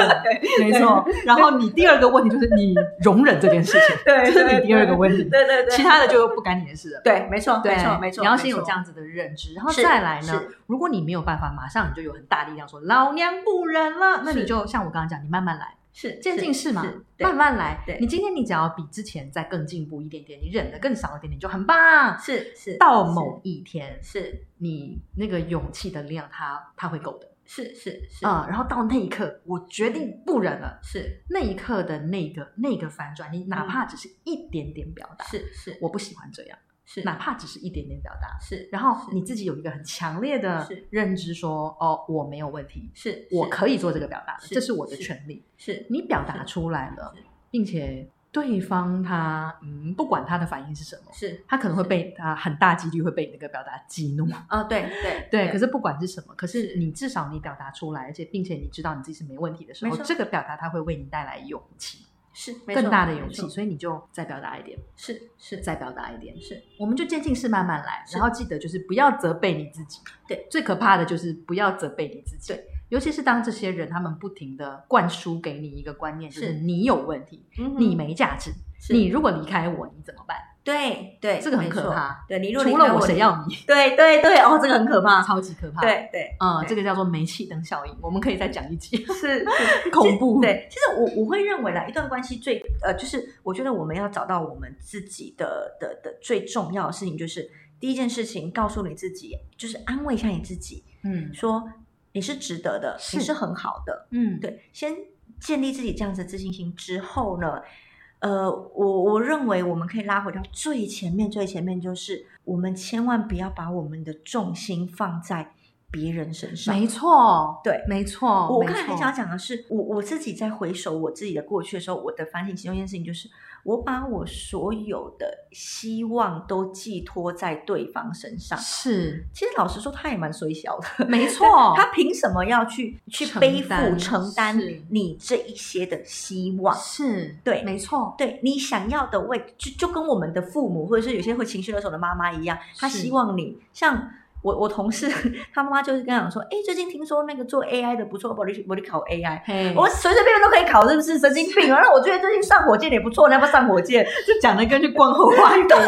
[SPEAKER 1] 对
[SPEAKER 2] 没错。然后你第二个问题就是你容忍这件事情，
[SPEAKER 1] 对，
[SPEAKER 2] 这是你第二个问题，
[SPEAKER 1] 对对对，
[SPEAKER 2] 其他的就不干你的事了。
[SPEAKER 1] 对，没错，
[SPEAKER 2] 对
[SPEAKER 1] 没错，没错，
[SPEAKER 2] 你要
[SPEAKER 1] 没
[SPEAKER 2] 先有
[SPEAKER 1] 错
[SPEAKER 2] 这样子的认知，然后
[SPEAKER 1] 是
[SPEAKER 2] 再来呢
[SPEAKER 1] 是，
[SPEAKER 2] 如果你没有办法，马上你就有很大力量说老娘不忍了，那
[SPEAKER 1] 是
[SPEAKER 2] 你就像我刚刚讲，你慢慢来，
[SPEAKER 1] 是
[SPEAKER 2] 渐进式嘛，
[SPEAKER 1] 对
[SPEAKER 2] 慢慢来
[SPEAKER 1] 对。
[SPEAKER 2] 你今天你只要比之前再更进步一点点，你忍的更少一点点，你就很棒。
[SPEAKER 1] 是是
[SPEAKER 2] 到某一天，
[SPEAKER 1] 是
[SPEAKER 2] 你那个勇气的量它它会够的
[SPEAKER 1] 是是是
[SPEAKER 2] 啊、嗯然后到那一刻，我决定不忍了，
[SPEAKER 1] 是
[SPEAKER 2] 那一刻的那个那个反转，你哪
[SPEAKER 1] 嗯
[SPEAKER 2] 怕只是一点点表达，
[SPEAKER 1] 是是
[SPEAKER 2] 我不喜欢这样，
[SPEAKER 1] 是
[SPEAKER 2] 哪怕只是一点点表达，
[SPEAKER 1] 是
[SPEAKER 2] 然后你自己有一个很强烈的
[SPEAKER 1] 是
[SPEAKER 2] 认知说，哦，我没有问题，
[SPEAKER 1] 是
[SPEAKER 2] 我
[SPEAKER 1] 是
[SPEAKER 2] 可以做这个表达，
[SPEAKER 1] 是
[SPEAKER 2] 这是我的
[SPEAKER 1] 是
[SPEAKER 2] 权利。
[SPEAKER 1] 是
[SPEAKER 2] 你表达出来了
[SPEAKER 1] 是，
[SPEAKER 2] 并且对方他嗯，不管他的反应是什么，
[SPEAKER 1] 是
[SPEAKER 2] 他可能会
[SPEAKER 1] 是
[SPEAKER 2] 被他很大几率会被你那个表达激怒。
[SPEAKER 1] 啊，对对
[SPEAKER 2] 对，可是不管是什么，可是
[SPEAKER 1] 是
[SPEAKER 2] 你至少你表达出来，而且并且你知道你自己是没问题的时候
[SPEAKER 1] 没，错
[SPEAKER 2] 这个表达它会为你带来勇气，
[SPEAKER 1] 是
[SPEAKER 2] 更大的勇气，
[SPEAKER 1] 是
[SPEAKER 2] 所以你就再表达一点，
[SPEAKER 1] 是是
[SPEAKER 2] 再表达一点，
[SPEAKER 1] 是
[SPEAKER 2] 我们就渐进式慢慢来，
[SPEAKER 1] 是
[SPEAKER 2] 然后记得就是不要责备你自己。
[SPEAKER 1] 对，
[SPEAKER 2] 最可怕的就是不要责备你自己。
[SPEAKER 1] 对，
[SPEAKER 2] 尤其是当这些人他们不停的灌输给你一个观念，就是
[SPEAKER 1] 是
[SPEAKER 2] 你有问题，你没价值，
[SPEAKER 1] 嗯是
[SPEAKER 2] 你如果离开我，你怎么办？
[SPEAKER 1] 对对，
[SPEAKER 2] 这个很
[SPEAKER 1] 没
[SPEAKER 2] 可
[SPEAKER 1] 错
[SPEAKER 2] 怕。
[SPEAKER 1] 对你如果
[SPEAKER 2] 除
[SPEAKER 1] 离开
[SPEAKER 2] 了我，谁要你？
[SPEAKER 1] 对对对，哦，这个很可怕。
[SPEAKER 2] 超级可怕。，
[SPEAKER 1] 对对，
[SPEAKER 2] 呃，
[SPEAKER 1] 对
[SPEAKER 2] 这个叫做煤气灯效应，我们可以再讲一集，
[SPEAKER 1] 是
[SPEAKER 2] 恐怖。，
[SPEAKER 1] 对，其实我我会认为啦，一段关系最呃，就是我觉得我们要找到我们自己的的的最重要的事情，就是第一件事情，告诉你自己，就是安慰一下你自己，
[SPEAKER 2] 嗯
[SPEAKER 1] 说你是值得的，你
[SPEAKER 2] 是
[SPEAKER 1] 是很好的。
[SPEAKER 2] 嗯，
[SPEAKER 1] 对，先建立自己这样子的自信心之后呢，呃，我我认为我们可以拉回到最前面，最前面就是我们千万不要把我们的重心放在别人身上，
[SPEAKER 2] 没错，
[SPEAKER 1] 对
[SPEAKER 2] 没错。
[SPEAKER 1] 我
[SPEAKER 2] 没
[SPEAKER 1] 刚才很
[SPEAKER 2] 错
[SPEAKER 1] 想讲的是，我我自己在回首我自己的过去的时候，我的反省其中一件事情就是，我把我所有的希望都寄托在对方身上。
[SPEAKER 2] 是
[SPEAKER 1] 其实老实说，他也蛮衰小的，
[SPEAKER 2] 没错
[SPEAKER 1] 他凭什么要去去
[SPEAKER 2] 哦承
[SPEAKER 1] 背负
[SPEAKER 2] 担
[SPEAKER 1] 承担
[SPEAKER 2] 是
[SPEAKER 1] 你这一些的希望？
[SPEAKER 2] 是，
[SPEAKER 1] 对
[SPEAKER 2] 没错，
[SPEAKER 1] 对你想要的位，就就跟我们的父母或者是有些会情绪勒索的妈妈一样，她
[SPEAKER 2] 是
[SPEAKER 1] 希望你像我我同事， 她妈妈就是跟她讲说，哎，最近听说那个做 AI 的不错，我去我去考 AI，
[SPEAKER 2] 嘿
[SPEAKER 1] 我随随便便都可以考，是不是神经病啊？那我觉得最近上火箭也不错，你要不要上火箭？
[SPEAKER 2] 就讲的跟去逛后花园。
[SPEAKER 1] 对，所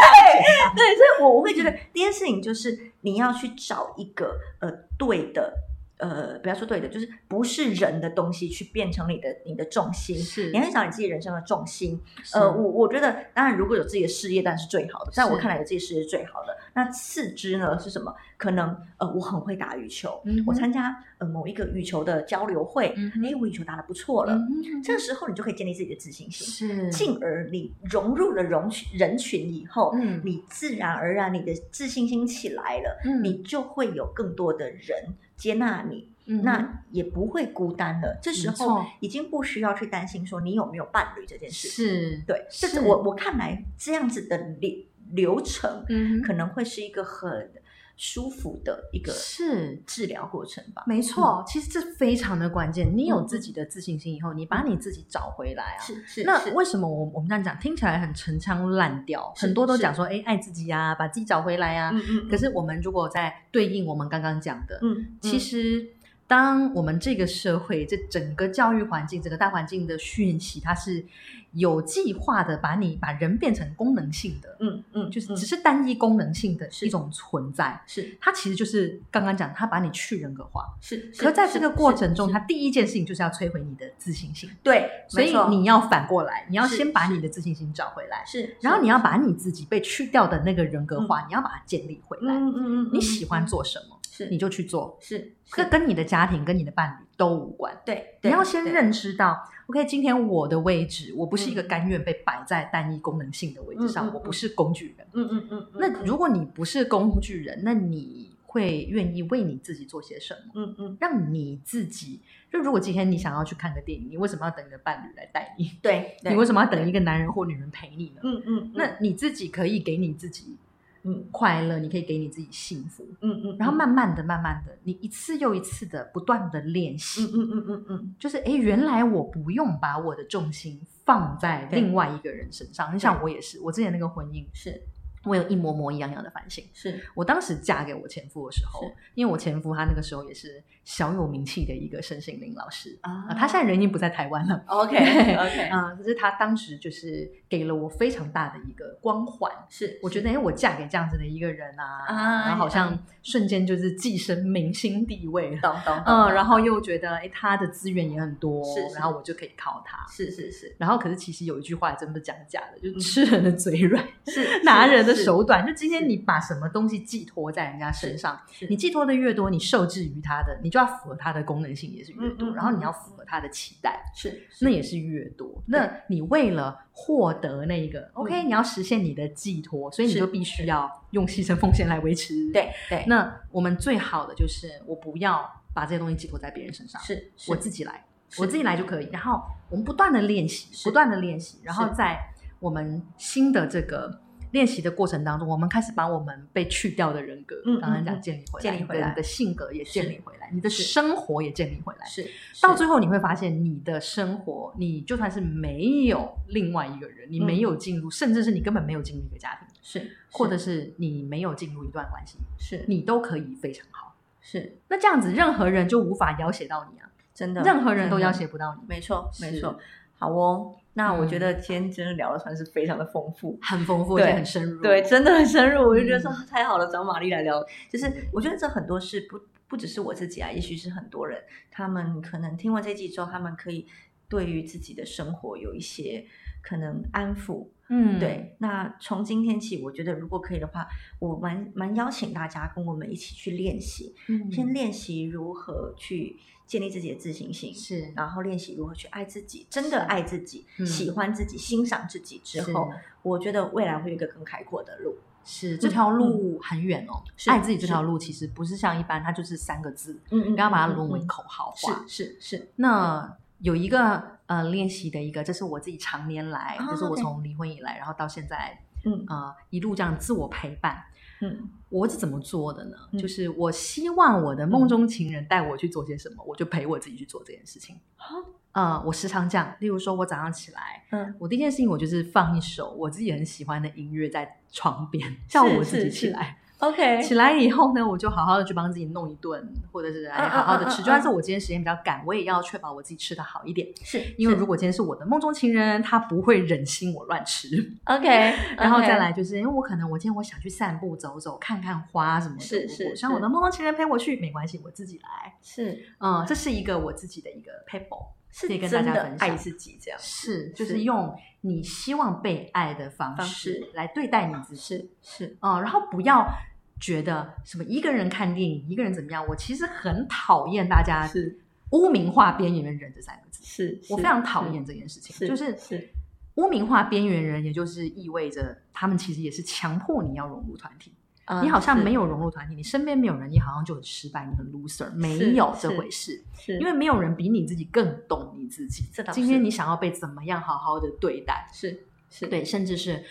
[SPEAKER 1] 以我我会觉得第一件事情就是你要去找一个呃对的，呃不要说对的，就是不是人的东西去变成你的你的重心。
[SPEAKER 2] 是
[SPEAKER 1] 你要去找你自己人生的重心，
[SPEAKER 2] 是
[SPEAKER 1] 呃呃，我我觉得，当然如果有自己的事业，当然是最好的。在我
[SPEAKER 2] 是
[SPEAKER 1] 看来，有自己的事业是最好的。那次之呢是什么？可能呃，我很会打羽球，
[SPEAKER 2] 嗯哼
[SPEAKER 1] 我参加呃某一个羽球的交流会，
[SPEAKER 2] 嗯哼
[SPEAKER 1] 哎、我羽球打得不错了，
[SPEAKER 2] 嗯
[SPEAKER 1] 这时候你就可以建立自己的自信心，
[SPEAKER 2] 是
[SPEAKER 1] 进而你融入了人群人群以后，
[SPEAKER 2] 嗯
[SPEAKER 1] 你自然而然你的自信心起来了，
[SPEAKER 2] 嗯
[SPEAKER 1] 你就会有更多的人接纳你，
[SPEAKER 2] 嗯
[SPEAKER 1] 那也不会孤单了。这时
[SPEAKER 2] 没
[SPEAKER 1] 候
[SPEAKER 2] 错
[SPEAKER 1] 已经不需要去担心说你有没有伴侣这件事。
[SPEAKER 2] 是
[SPEAKER 1] 对，这
[SPEAKER 2] 是
[SPEAKER 1] 是我我看来这样子的流流程，
[SPEAKER 2] 嗯
[SPEAKER 1] 可能会是一个很舒服的一个
[SPEAKER 2] 是。
[SPEAKER 1] 治疗过程吧。
[SPEAKER 2] 没错，其实这非常的关键。你有
[SPEAKER 1] 嗯
[SPEAKER 2] 自己的自信心以后，你把你自己找回来啊。
[SPEAKER 1] 是是，
[SPEAKER 2] 那
[SPEAKER 1] 是
[SPEAKER 2] 为什么我我们这样讲，听起来很陈腔滥调，
[SPEAKER 1] 是
[SPEAKER 2] 很多都
[SPEAKER 1] 是
[SPEAKER 2] 讲说，哎，爱自己啊，把自己找回来啊。
[SPEAKER 1] 嗯嗯，
[SPEAKER 2] 可是我们如果在对应我们刚刚讲的，
[SPEAKER 1] 嗯，
[SPEAKER 2] 其实，当我们这个社会、这整个教育环境、整个大环境的讯息，它是有计划的把你把人变成功能性的，
[SPEAKER 1] 嗯嗯，
[SPEAKER 2] 就是
[SPEAKER 1] 嗯
[SPEAKER 2] 只是单一功能性的
[SPEAKER 1] 是
[SPEAKER 2] 一种存在。
[SPEAKER 1] 是
[SPEAKER 2] 它其实就是刚刚讲，它把你去人格化。
[SPEAKER 1] 是，
[SPEAKER 2] 可在这个过程中，它
[SPEAKER 1] 他
[SPEAKER 2] 第一件事情就是要摧毁你的自信心，
[SPEAKER 1] 对，
[SPEAKER 2] 所
[SPEAKER 1] 没
[SPEAKER 2] 以
[SPEAKER 1] 错
[SPEAKER 2] 你要反过来，你要
[SPEAKER 1] 是
[SPEAKER 2] 先把
[SPEAKER 1] 是
[SPEAKER 2] 你的自信心找回来，
[SPEAKER 1] 是，
[SPEAKER 2] 然后
[SPEAKER 1] 是
[SPEAKER 2] 你要把你自己被去掉的那个人格化，你要把它建立回来。
[SPEAKER 1] 嗯嗯嗯，
[SPEAKER 2] 你喜欢
[SPEAKER 1] 嗯
[SPEAKER 2] 做什么，
[SPEAKER 1] 是
[SPEAKER 2] 你就去做。
[SPEAKER 1] 是
[SPEAKER 2] 这
[SPEAKER 1] 是
[SPEAKER 2] 跟你的家庭、跟你的伴侣都无关。
[SPEAKER 1] 对，
[SPEAKER 2] 你
[SPEAKER 1] 对
[SPEAKER 2] 要先
[SPEAKER 1] 对
[SPEAKER 2] 认知到，OK，今天我的位置，我不是一个
[SPEAKER 1] 嗯
[SPEAKER 2] 甘愿被摆在单一功能性的位置
[SPEAKER 1] 嗯
[SPEAKER 2] 上，
[SPEAKER 1] 嗯
[SPEAKER 2] 我不是工具人。
[SPEAKER 1] 嗯嗯嗯，嗯
[SPEAKER 2] 那如果你不是工具人，那你会愿意为你自己做些什么？
[SPEAKER 1] 嗯嗯
[SPEAKER 2] 让你自己就如果今天你想要去看个电影，你为什么要等你的伴侣来带你？
[SPEAKER 1] 对，对
[SPEAKER 2] 你为什么要等一个男人或女人陪你呢？
[SPEAKER 1] 嗯嗯嗯
[SPEAKER 2] 那你自己可以给你自己
[SPEAKER 1] 嗯
[SPEAKER 2] 快乐，你可以给你自己幸福，
[SPEAKER 1] 嗯嗯，
[SPEAKER 2] 然后慢慢的、慢慢的，你一次又一次的不断的练习，
[SPEAKER 1] 嗯嗯嗯嗯嗯，
[SPEAKER 2] 就是诶，原来我不用把我的重心放在另外一个人身上。你像我也是，我之前那个婚姻，
[SPEAKER 1] 是
[SPEAKER 2] 我有一模模一样样的反省。
[SPEAKER 1] 是
[SPEAKER 2] 我当时嫁给我前夫的时候
[SPEAKER 1] 是，
[SPEAKER 2] 因为我前夫他那个时候也是小有名气的一个身心灵老师
[SPEAKER 1] 啊
[SPEAKER 2] 啊，他现在人已经不在台湾了。
[SPEAKER 1] OK OK
[SPEAKER 2] 啊，可是他当时就是给了我非常大的一个光环，
[SPEAKER 1] 是，
[SPEAKER 2] 我觉得，哎，我嫁给这样子的一个人啊，
[SPEAKER 1] 啊
[SPEAKER 2] 然后好像瞬间就是跻身明星地位了，
[SPEAKER 1] 懂懂，
[SPEAKER 2] 嗯，然后又觉得，哎，他的资源也很多，
[SPEAKER 1] 是是
[SPEAKER 2] 然后我就可以靠他。
[SPEAKER 1] 是是是
[SPEAKER 2] 然后，可是其实有一句话真不讲假的，
[SPEAKER 1] 嗯
[SPEAKER 2] 就是吃人的嘴软，
[SPEAKER 1] 是
[SPEAKER 2] 拿人的手短。就今
[SPEAKER 1] 是
[SPEAKER 2] 天你把什么东西寄托在人家身上
[SPEAKER 1] 是是，
[SPEAKER 2] 你寄托的越多，你受制于他的，你就要符合他的功能性也是越多，
[SPEAKER 1] 嗯嗯嗯
[SPEAKER 2] 然后你要符合他的期待。
[SPEAKER 1] 是
[SPEAKER 2] 那也是越多。那你为了获得那一个，OK，你要实现你的寄托，所以
[SPEAKER 1] 嗯
[SPEAKER 2] 你
[SPEAKER 1] 是
[SPEAKER 2] 就必须要用牺牲奉献来维持。，
[SPEAKER 1] 对对，
[SPEAKER 2] 那我们最好的就是我不要把这些东西寄托在别人身上，
[SPEAKER 1] 是
[SPEAKER 2] 我自己来，
[SPEAKER 1] 是
[SPEAKER 2] 我自己来就可以。然后我们不断的练习，
[SPEAKER 1] 是
[SPEAKER 2] 不断的练习，然后
[SPEAKER 1] 是
[SPEAKER 2] 在我们新的这个。练习的过程当中，我们开始把我们被去掉的人格，
[SPEAKER 1] 嗯
[SPEAKER 2] 刚刚
[SPEAKER 1] 嗯嗯
[SPEAKER 2] 讲建立回来，
[SPEAKER 1] 建立回来
[SPEAKER 2] 你的性格也建立
[SPEAKER 1] 是
[SPEAKER 2] 回来，你的
[SPEAKER 1] 是
[SPEAKER 2] 生活也建立回来，
[SPEAKER 1] 是
[SPEAKER 2] 到最后你会发现，你的生活，你就算是没有另外一个人，你
[SPEAKER 1] 嗯
[SPEAKER 2] 没有进入，甚至是你根本没有进入一个家庭，
[SPEAKER 1] 是
[SPEAKER 2] 或者是你没有进入一段关系，
[SPEAKER 1] 是
[SPEAKER 2] 你都可以非常好。
[SPEAKER 1] 是
[SPEAKER 2] 那这样子，任何人就无法要挟到你啊，
[SPEAKER 1] 真的，
[SPEAKER 2] 任何人都
[SPEAKER 1] 真的
[SPEAKER 2] 要挟不到你，
[SPEAKER 1] 没错，没
[SPEAKER 2] 是
[SPEAKER 1] 错。好哦，那我觉
[SPEAKER 2] 嗯
[SPEAKER 1] 得今天真的聊的算是非常的丰富。
[SPEAKER 2] 很丰富，
[SPEAKER 1] 对
[SPEAKER 2] 而且很深入。
[SPEAKER 1] 对，真的很深入，我就觉得说啊
[SPEAKER 2] 嗯
[SPEAKER 1] 太好了，找玛丽来聊，就是我觉得这很多事不不只是我自己啊，也许是很多人，他们可能听完这集之后，他们可以对于自己的生活有一些可能安抚，
[SPEAKER 2] 嗯，
[SPEAKER 1] 对，那从今天起，我觉得如果可以的话，我蛮蛮邀请大家跟我们一起去练习，
[SPEAKER 2] 嗯，
[SPEAKER 1] 先练习如何去建立自己的自信心，
[SPEAKER 2] 是
[SPEAKER 1] 然后练习如何去爱自己，真的爱自己，
[SPEAKER 2] 嗯
[SPEAKER 1] 喜欢自己，欣赏自己之后，我觉得未来会有一个更开阔的路。
[SPEAKER 2] 是是这条路很远哦，
[SPEAKER 1] 嗯是
[SPEAKER 2] 爱自己这条路其实不是像一般，它就是三个字，
[SPEAKER 1] 嗯嗯
[SPEAKER 2] 不要把它
[SPEAKER 1] 嗯
[SPEAKER 2] 沦为
[SPEAKER 1] 嗯
[SPEAKER 2] 口号化。
[SPEAKER 1] 是是是，
[SPEAKER 2] 那有一个呃练习的一个，这是我自己常年来，
[SPEAKER 1] 哦
[SPEAKER 2] 就是我
[SPEAKER 1] OK
[SPEAKER 2] 从离婚以来，然后到现在
[SPEAKER 1] 嗯
[SPEAKER 2] 呃一路这样自我陪伴。
[SPEAKER 1] 嗯
[SPEAKER 2] 我是怎么做的呢？
[SPEAKER 1] 嗯
[SPEAKER 2] 就是我希望我的梦中情人带我去做些什么，我就陪我自己去做这件事情。
[SPEAKER 1] 啊
[SPEAKER 2] 呃，我时常这样，例如说，我早上起来，
[SPEAKER 1] 嗯，
[SPEAKER 2] 我第一件事情我就是放一首我自己很喜欢的音乐在床边，叫我自己
[SPEAKER 1] 是
[SPEAKER 2] 起来。
[SPEAKER 1] ，OK，
[SPEAKER 2] 起来以后呢，我就好好的去帮自己弄一顿，或者是来好好的
[SPEAKER 1] 嗯嗯
[SPEAKER 2] 吃。
[SPEAKER 1] 嗯嗯
[SPEAKER 2] 就算是我今天时间比较赶，我也要确保我自己吃的好一点。
[SPEAKER 1] 是
[SPEAKER 2] 因为
[SPEAKER 1] 是
[SPEAKER 2] 如果今天是我的梦中情人，他不会忍心我乱吃。
[SPEAKER 1] OK，
[SPEAKER 2] 然后再来就是，因为我可能我今天我想去散步走走，看看花什么的，
[SPEAKER 1] 是
[SPEAKER 2] 我
[SPEAKER 1] 是
[SPEAKER 2] 我想我的梦中情人陪我去没关系，我自己来。
[SPEAKER 1] 是
[SPEAKER 2] 嗯，这是一个我自己的一个 paper，
[SPEAKER 1] 是
[SPEAKER 2] 可以跟大
[SPEAKER 1] 真
[SPEAKER 2] 家
[SPEAKER 1] 的
[SPEAKER 2] 分
[SPEAKER 1] 爱
[SPEAKER 2] 享。
[SPEAKER 1] 自己这样。
[SPEAKER 2] 是，就是是用你希望被爱的方
[SPEAKER 1] 方
[SPEAKER 2] 式
[SPEAKER 1] 式
[SPEAKER 2] 来对待你自己。
[SPEAKER 1] 是是，
[SPEAKER 2] 嗯，然后不要觉得什么一个人看电影，一个人怎么样。我其实很讨厌大家
[SPEAKER 1] 是
[SPEAKER 2] 污名化“边缘人”这三个字，
[SPEAKER 1] 是，
[SPEAKER 2] 我
[SPEAKER 1] 是
[SPEAKER 2] 非常讨
[SPEAKER 1] 是
[SPEAKER 2] 厌这件事情，
[SPEAKER 1] 是
[SPEAKER 2] 就是
[SPEAKER 1] 是
[SPEAKER 2] 污名化边缘人，也就是意味着他们其实也是强迫你要融入团体。你好像
[SPEAKER 1] 嗯
[SPEAKER 2] 没有融入团体，你身边没有人，你好像就很失败，你很 loser，没有这回事。
[SPEAKER 1] 是，
[SPEAKER 2] 因为没有人比你自己更懂你自己
[SPEAKER 1] 这倒。是
[SPEAKER 2] 今天你想要被怎么样好好的对待？
[SPEAKER 1] 是是
[SPEAKER 2] 对，甚至是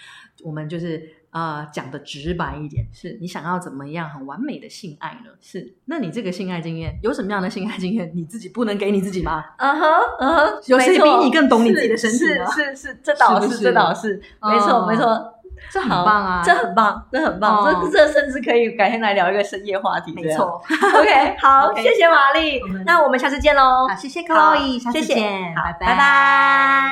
[SPEAKER 2] 我们就是呃讲的直白一点，
[SPEAKER 1] 是
[SPEAKER 2] 你想要怎么样很完美的性爱呢？
[SPEAKER 1] 是
[SPEAKER 2] 那你这个性爱经验有什么样的性爱经验，你自己不能给你自己吗？
[SPEAKER 1] 嗯哼嗯哼，
[SPEAKER 2] 有谁
[SPEAKER 1] 没错
[SPEAKER 2] 比你更懂你自己的身体
[SPEAKER 1] 是
[SPEAKER 2] 呢
[SPEAKER 1] 是是是，这倒
[SPEAKER 2] 是
[SPEAKER 1] 是
[SPEAKER 2] 不是
[SPEAKER 1] 这倒是，没错
[SPEAKER 2] 哦
[SPEAKER 1] 没错，
[SPEAKER 2] 这很
[SPEAKER 1] 好
[SPEAKER 2] 棒啊！
[SPEAKER 1] 这很棒，这很棒，
[SPEAKER 2] 哦
[SPEAKER 1] 这这甚至可以改天来聊一个深夜话题，
[SPEAKER 2] 没。错。
[SPEAKER 1] OK，好，
[SPEAKER 2] OK
[SPEAKER 1] 谢谢玛丽
[SPEAKER 2] 我们，
[SPEAKER 1] 那我们下次见喽
[SPEAKER 2] 好，。谢谢
[SPEAKER 1] 好
[SPEAKER 2] Chloe，下次
[SPEAKER 1] 谢谢
[SPEAKER 2] 见，
[SPEAKER 1] 好
[SPEAKER 2] 拜
[SPEAKER 1] 拜拜。